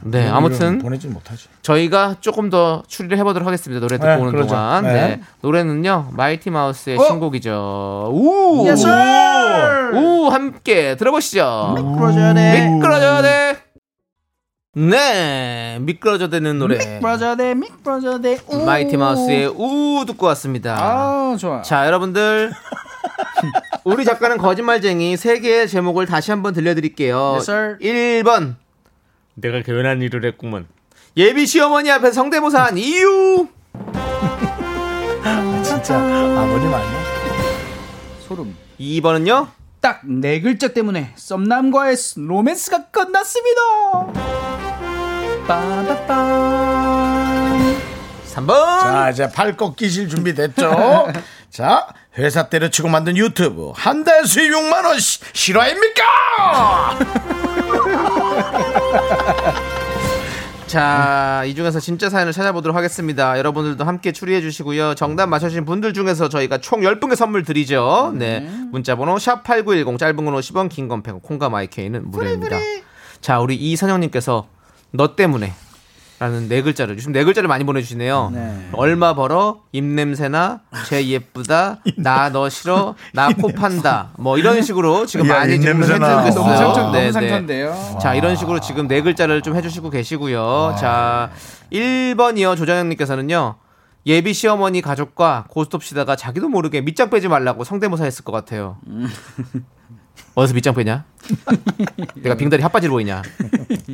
Speaker 2: 네, 아무튼
Speaker 1: 보내지 못하지.
Speaker 2: 저희가 조금 더 추리를 해보도록 하겠습니다. 노래 듣고
Speaker 1: 네,
Speaker 2: 오는
Speaker 1: 그러죠.
Speaker 2: 동안.
Speaker 1: 네. 어?
Speaker 2: 네. 노래는요, 마이티 마우스의 신곡이죠. 우!
Speaker 7: Yes, sir.
Speaker 2: 우! 함께 들어보시죠.
Speaker 7: 미끄러져야
Speaker 1: 네.
Speaker 7: 돼.
Speaker 2: 미끄러져야 돼! 네, 미끄러져 되는 노래.
Speaker 7: 미끄러져야 돼. 미끄러져야 돼. 우.
Speaker 2: 음. 마이티 마우스의 우! 듣고 왔습니다.
Speaker 7: 아 좋아.
Speaker 2: 자, 여러분들. 우리 작가는 거짓말쟁이 세개의 제목을 다시 한번 들려드릴게요.
Speaker 7: Yes, 네, sir.
Speaker 2: 1번.
Speaker 8: 내가 개연한 일을 했구먼.
Speaker 2: 예비 시어머니 앞에서 성대모사한 이유.
Speaker 1: 아, 진짜 아버님 아니야?
Speaker 7: 소름.
Speaker 2: 2번은요?
Speaker 7: 딱 네 글자 때문에 썸남과의 로맨스가 끝났습니다. 빠바밤.
Speaker 2: 3번.
Speaker 1: 자 이제 팔 꺾기실
Speaker 2: [LAUGHS]
Speaker 1: 준비됐죠? 자 회사 때려치고 만든 유튜브 한 달 수입 6만 원 시- 실화입니까?
Speaker 2: 자, 이 중에서 진짜 사연을 찾아보도록 하겠습니다. 여러분들도 함께 추리해 주시고요. 정답 맞춰주신 분들 중에서 저희가 총 10분의 선물 드리죠. 네. 문자번호 샵8910, 짧은 건 50원, 긴 건 100원, 콩과 마이케이는 무료입니다. 자, 우리 이선영님께서 너 때문에 라는 네 글자를, 요즘 네 글자를 많이 보내주시네요. 얼마 벌어, 입냄새나, 쟤 예쁘다, 나 너 싫어, 나 코 판다. 뭐 이런 식으로 지금
Speaker 1: 야,
Speaker 2: 많이 질문을
Speaker 1: 입냄새나.
Speaker 2: 해주고 있어요.
Speaker 7: 너무 상처
Speaker 2: 네,
Speaker 7: 너무
Speaker 2: 네.
Speaker 7: 상처인데요.
Speaker 2: 자, 이런 식으로 지금 네 글자를 좀 해주시고
Speaker 1: 네.
Speaker 2: 계시고요. 자, 1번이요. 조장영님께서는요. 예비 시어머니 가족과 고스톱 시다가 자기도 모르게 밑장 빼지 말라고 성대모사 했을 것 같아요.
Speaker 1: 음. [LAUGHS]
Speaker 2: 어디서 밑장 빼냐? 내가 빙다리 핫바지로 보이냐?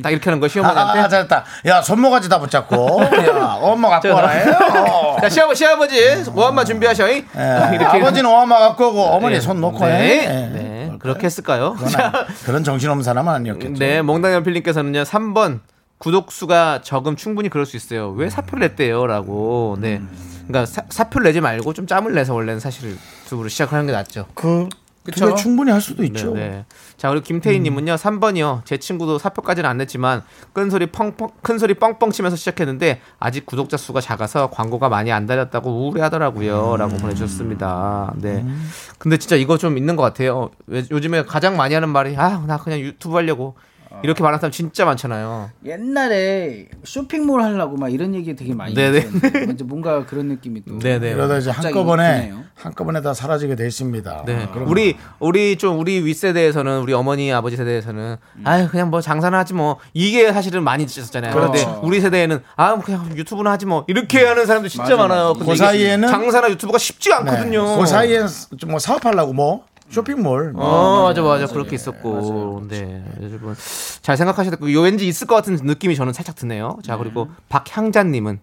Speaker 2: 딱 이렇게 하는 거
Speaker 1: 아,
Speaker 2: [LAUGHS] 시어머니한테.
Speaker 1: 잘했다. 야 손모가지 다
Speaker 2: [LAUGHS]
Speaker 1: 붙잡고 야, 엄마 갖고 와라. 예. 해요.
Speaker 2: 자, 시아버, 시아버지, 오한마 준비하셔. 잉
Speaker 1: 예,
Speaker 2: [LAUGHS]
Speaker 1: 아버지는 엄마 갖고 오고 어머니 손 놓고
Speaker 2: 네.
Speaker 1: 해. 예.
Speaker 2: 네. 그렇게 했을까요?
Speaker 1: 그건 아니- 그런 정신없는 사람은 아니었겠죠.
Speaker 2: 네, 몽당연필님께서는요, 3번. 구독수가 적음 충분히 그럴 수 있어요. 왜 사표를 냈대요? 라고. 네. 그러니까 사, 표를 내지 말고 좀 짬을 내서 원래는 사실 유튜브로 시작하는 게 낫죠.
Speaker 1: 그
Speaker 2: 그쵸?
Speaker 1: 그게 충분히 할 수도
Speaker 2: 네,
Speaker 1: 있죠.
Speaker 2: 네. 자, 그리고 김태희님은요, 3번이요. 제 친구도 사표까지는 안 냈지만, 큰 소리 펑펑, 큰 소리 뻥뻥 치면서 시작했는데, 아직 구독자 수가 작아서 광고가 많이 안 달렸다고 우울해하더라고요. 라고 보내주셨습니다. 네. 근데 진짜 이거 좀 있는 것 같아요. 어, 왜- 요즘에 가장 많이 하는 말이, 아, 나 그냥 유튜브 하려고. 이렇게 말하는 사람 진짜 많잖아요.
Speaker 7: 옛날에 쇼핑몰 하려고 막 이런 얘기 되게 많이
Speaker 2: 네네.
Speaker 7: 했었는데 먼저 뭔가 그런 느낌이 또.
Speaker 2: 네네.
Speaker 1: 이러다 이제
Speaker 7: 갑자기
Speaker 1: 한꺼번에
Speaker 7: 드네요.
Speaker 1: 한꺼번에 다 사라지게 돼 있습니다. 아,
Speaker 2: 네.
Speaker 1: 그럼
Speaker 2: 우리 우리 좀 우리 윗세대에서는 우리 어머니 아버지 세대에서는
Speaker 1: 음.
Speaker 2: 아유 그냥 뭐 장사나 하지 뭐 이게 사실은 많이 있었잖아요. 그런데
Speaker 1: 그렇죠.
Speaker 2: 우리 세대에는 아 그냥 유튜브나 하지 뭐 이렇게 하는 사람도 진짜 많아요. 근데
Speaker 1: 그
Speaker 2: 이게
Speaker 1: 사이에는-
Speaker 2: 장사나 유튜브가 쉽지 않거든요.
Speaker 1: 네. 그 사이에 좀뭐 사업하려고 뭐 쇼핑몰 뭐
Speaker 2: 어 맞아 맞아 그렇게 있었고 네 여러분 잘 생각하셔도 요 왠지 있을 것 같은 느낌이 저는 살짝 드네요 자 그리고 박향자님은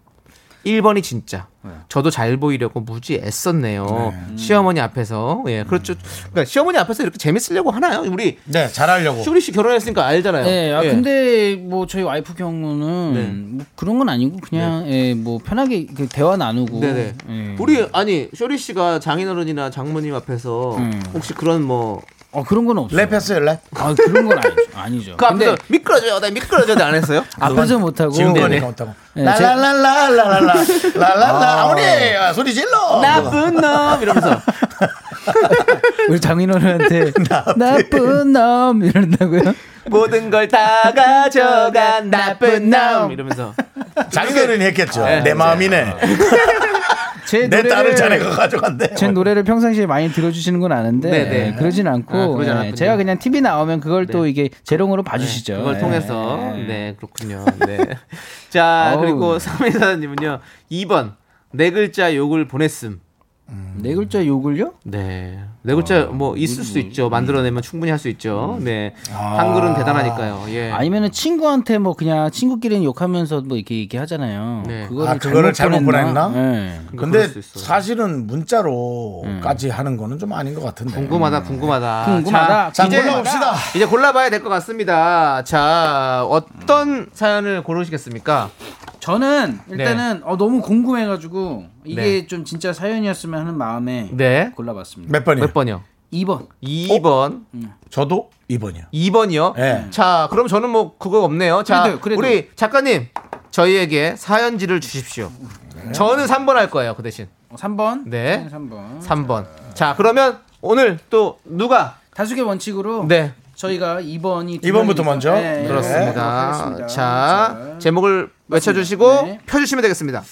Speaker 2: 1번이 진짜 저도 잘 보이려고 무지 애썼네요 시어머니 앞에서 예 그렇죠 그러니까 시어머니 앞에서 이렇게 재밌으려고 하나요 우리
Speaker 1: 네, 잘하려고.
Speaker 2: 슈리 씨 결혼했으니까 뭐. 알잖아요
Speaker 7: 네, 아,
Speaker 2: 예.
Speaker 7: 근데 뭐 저희 와이프 경우는
Speaker 2: 네.
Speaker 7: 뭐 그런 건 아니고 그냥 예, 뭐 편하게 그 대화 나누고.
Speaker 2: 네네
Speaker 7: 예.
Speaker 2: 우리 아니 쇼리 씨가 장인어른이나 장모님 앞에서 혹시 그런 뭐
Speaker 7: 어 그런 건 없어요.
Speaker 1: 랩했어요 랩.
Speaker 7: 아 그런 건 아니죠. 아니죠.
Speaker 2: 그 앞에서
Speaker 7: 근데
Speaker 2: 미끄러져요 나 미끄러져요 안 했어요
Speaker 7: 앞에서
Speaker 2: 그
Speaker 7: 못하고.
Speaker 1: 지금 그러니까 거니까 못하고.
Speaker 7: 네, [LAUGHS]
Speaker 1: 라라라라라라라 라라라 어머니 아, 소리 질러.
Speaker 2: 나쁜 놈 이러면서
Speaker 7: 우리
Speaker 2: [LAUGHS]
Speaker 7: 장인어른한테 나쁜 놈 이런다고요?
Speaker 2: 모든 걸 다 가져간 나쁜 놈 이러면서
Speaker 1: 작게는 했겠죠.
Speaker 7: 네,
Speaker 1: 내
Speaker 7: 맞아요.
Speaker 1: 마음이네.
Speaker 7: 제
Speaker 1: 내
Speaker 7: 노래를-
Speaker 1: 딸을 자네가 가져간대.
Speaker 7: 제 노래를 평상시에 많이 들어주시는 건 아는데
Speaker 2: 어, 네, 네.
Speaker 7: 예, 그러진 않고
Speaker 2: 아, 그러지
Speaker 7: 예,
Speaker 2: 않았군요. 네.
Speaker 7: 제가 그냥 TV 나오면 그걸 또 이게 재롱으로 봐주시죠.
Speaker 2: 그걸
Speaker 7: 예.
Speaker 2: 통해서 네 그렇군요. 네.
Speaker 1: [LAUGHS]
Speaker 2: 자
Speaker 7: 어우.
Speaker 2: 그리고 3회사님은요 2번 네 글자 욕을 보냈음.
Speaker 7: 네 글자 욕을요?
Speaker 2: 네. 네
Speaker 1: 아.
Speaker 2: 글자 뭐 있을 수 있죠. 만들어내면 충분히 할 수
Speaker 1: 음.
Speaker 2: 있죠. 네.
Speaker 1: 아.
Speaker 2: 한글은 대단하니까요. 예.
Speaker 7: 아니면은 친구한테 뭐 그냥 친구끼리는 욕하면서 뭐 이렇게 이렇게 하잖아요.
Speaker 2: 네.
Speaker 7: 그거를,
Speaker 1: 아, 그거를 잘못 보냈나?
Speaker 7: 예.
Speaker 1: 근데 사실은 문자로까지 하는 거는 좀 아닌 것 같은데.
Speaker 2: 음. 궁금하다, 궁금하다.
Speaker 1: 궁금하다. 자,
Speaker 2: 이제- 아.
Speaker 1: 골라봅시다.
Speaker 2: 이제 골라봐야 될 것 같습니다. 자, 어떤 사연을 고르시겠습니까?
Speaker 7: 저는
Speaker 2: 네.
Speaker 7: 일단은 어, 너무 궁금해가지고 이게
Speaker 2: 네.
Speaker 7: 좀 진짜 사연이었으면 하는 마음에
Speaker 2: 네.
Speaker 7: 골라봤습니다.
Speaker 1: 몇 번이요?
Speaker 2: 몇 번이요?
Speaker 7: 2번.
Speaker 2: 2번.
Speaker 1: 저도 2번이요.
Speaker 2: 2번이요?
Speaker 1: 네.
Speaker 2: 자, 그럼 저는 뭐 그거 없네요. 자,
Speaker 7: 그래도요, 그래도.
Speaker 2: 우리 작가님, 저희에게 사연지를 주십시오. 저는 3번 할 거예요, 그 대신.
Speaker 7: 어, 3번.
Speaker 2: 네.
Speaker 7: 3번.
Speaker 2: 3번. 자, 그러면 오늘 또 누가?
Speaker 7: 다수의 원칙으로
Speaker 2: 네.
Speaker 7: 저희가 2번이 네,
Speaker 1: 이 번부터 먼저?
Speaker 2: 그렇습니다. 자, 제목을 외쳐주시고
Speaker 7: 네.
Speaker 2: 펴주시면 되겠습니다.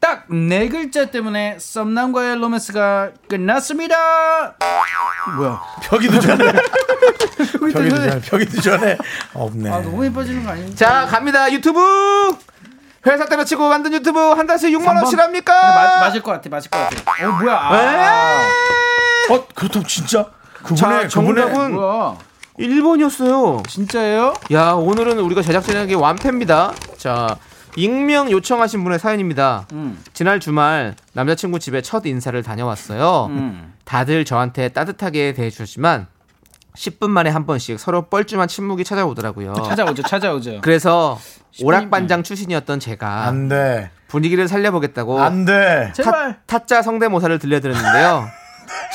Speaker 7: 딱 네 글자 때문에 썸남과의 로맨스가 끝났습니다. 뭐야?
Speaker 1: 벽이도
Speaker 2: [LAUGHS]
Speaker 1: 전에.
Speaker 2: 그렇죠.
Speaker 7: 여기 또
Speaker 1: 벽이도
Speaker 7: 이거-
Speaker 2: 네.
Speaker 1: 전에. 벽이도 전에. 없네.
Speaker 7: 아 너무 예뻐지는 거 아니에요?
Speaker 2: 자, 갑니다. 유튜브! 회사 때려치고 만든 유튜브 한 달씩 6만원씩합니까?
Speaker 7: 네,
Speaker 2: 네.
Speaker 7: 마, 맞을 것 같아, 맞을 것 같아. 어 뭐야? 아,
Speaker 1: 어, 그렇다고 진짜?
Speaker 2: 자,
Speaker 1: 그분의, 그분의.
Speaker 2: 정답은
Speaker 7: 뭐야?
Speaker 2: 1번이었어요.
Speaker 7: 진짜예요?
Speaker 2: 야, 오늘은 우리가 제작진에게 완패입니다. 자, 익명 요청하신 분의 사연입니다.
Speaker 7: 음.
Speaker 2: 지난 주말 남자친구 집에 첫 인사를 다녀왔어요.
Speaker 7: 음.
Speaker 2: 다들 저한테 따뜻하게 대해주셨지만 10분 만에 한 번씩 서로 뻘쭘한 침묵이 찾아오더라고요.
Speaker 7: 찾아오죠, 찾아오죠.
Speaker 2: 그래서 오락반장 출신이었던 제가
Speaker 1: 안 돼.
Speaker 2: 분위기를 살려보겠다고
Speaker 1: 안 돼.
Speaker 7: 제발.
Speaker 2: 타, 짜 성대모사를 들려드렸는데요.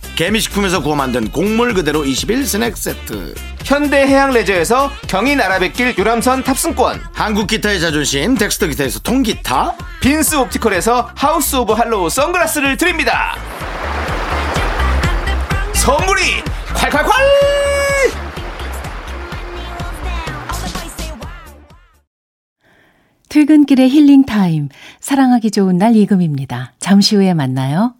Speaker 10: 개미식품에서 구워 만든 곡물 그대로 21 스낵 세트.
Speaker 2: 현대 해양 레저에서 경인 아라뱃길 유람선 탑승권.
Speaker 10: 한국 기타의 자존심 덱스터 기타에서 통기타.
Speaker 2: 빈스 옵티컬에서 하우스 오브 할로우 선글라스를 드립니다. 선물이 콸콸콸!
Speaker 11: 퇴근길의 힐링 타임. 사랑하기 좋은 날 이금입니다. 잠시 후에 만나요.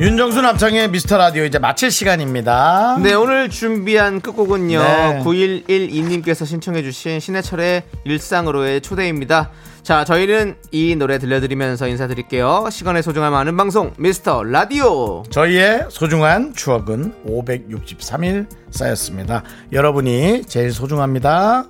Speaker 1: 윤정수 남창의 미스터 라디오 이제 마칠 시간입니다.
Speaker 2: 네, 오늘 준비한 끝곡은요.
Speaker 1: 네.
Speaker 2: 9112님께서 신청해주신 신해철의 일상으로의 초대입니다. 자, 저희는 이 노래 들려드리면서 인사드릴게요. 시간의 소중함 아는 방송, 미스터 라디오.
Speaker 1: 저희의 소중한 추억은 563일 쌓였습니다. 여러분이 제일 소중합니다.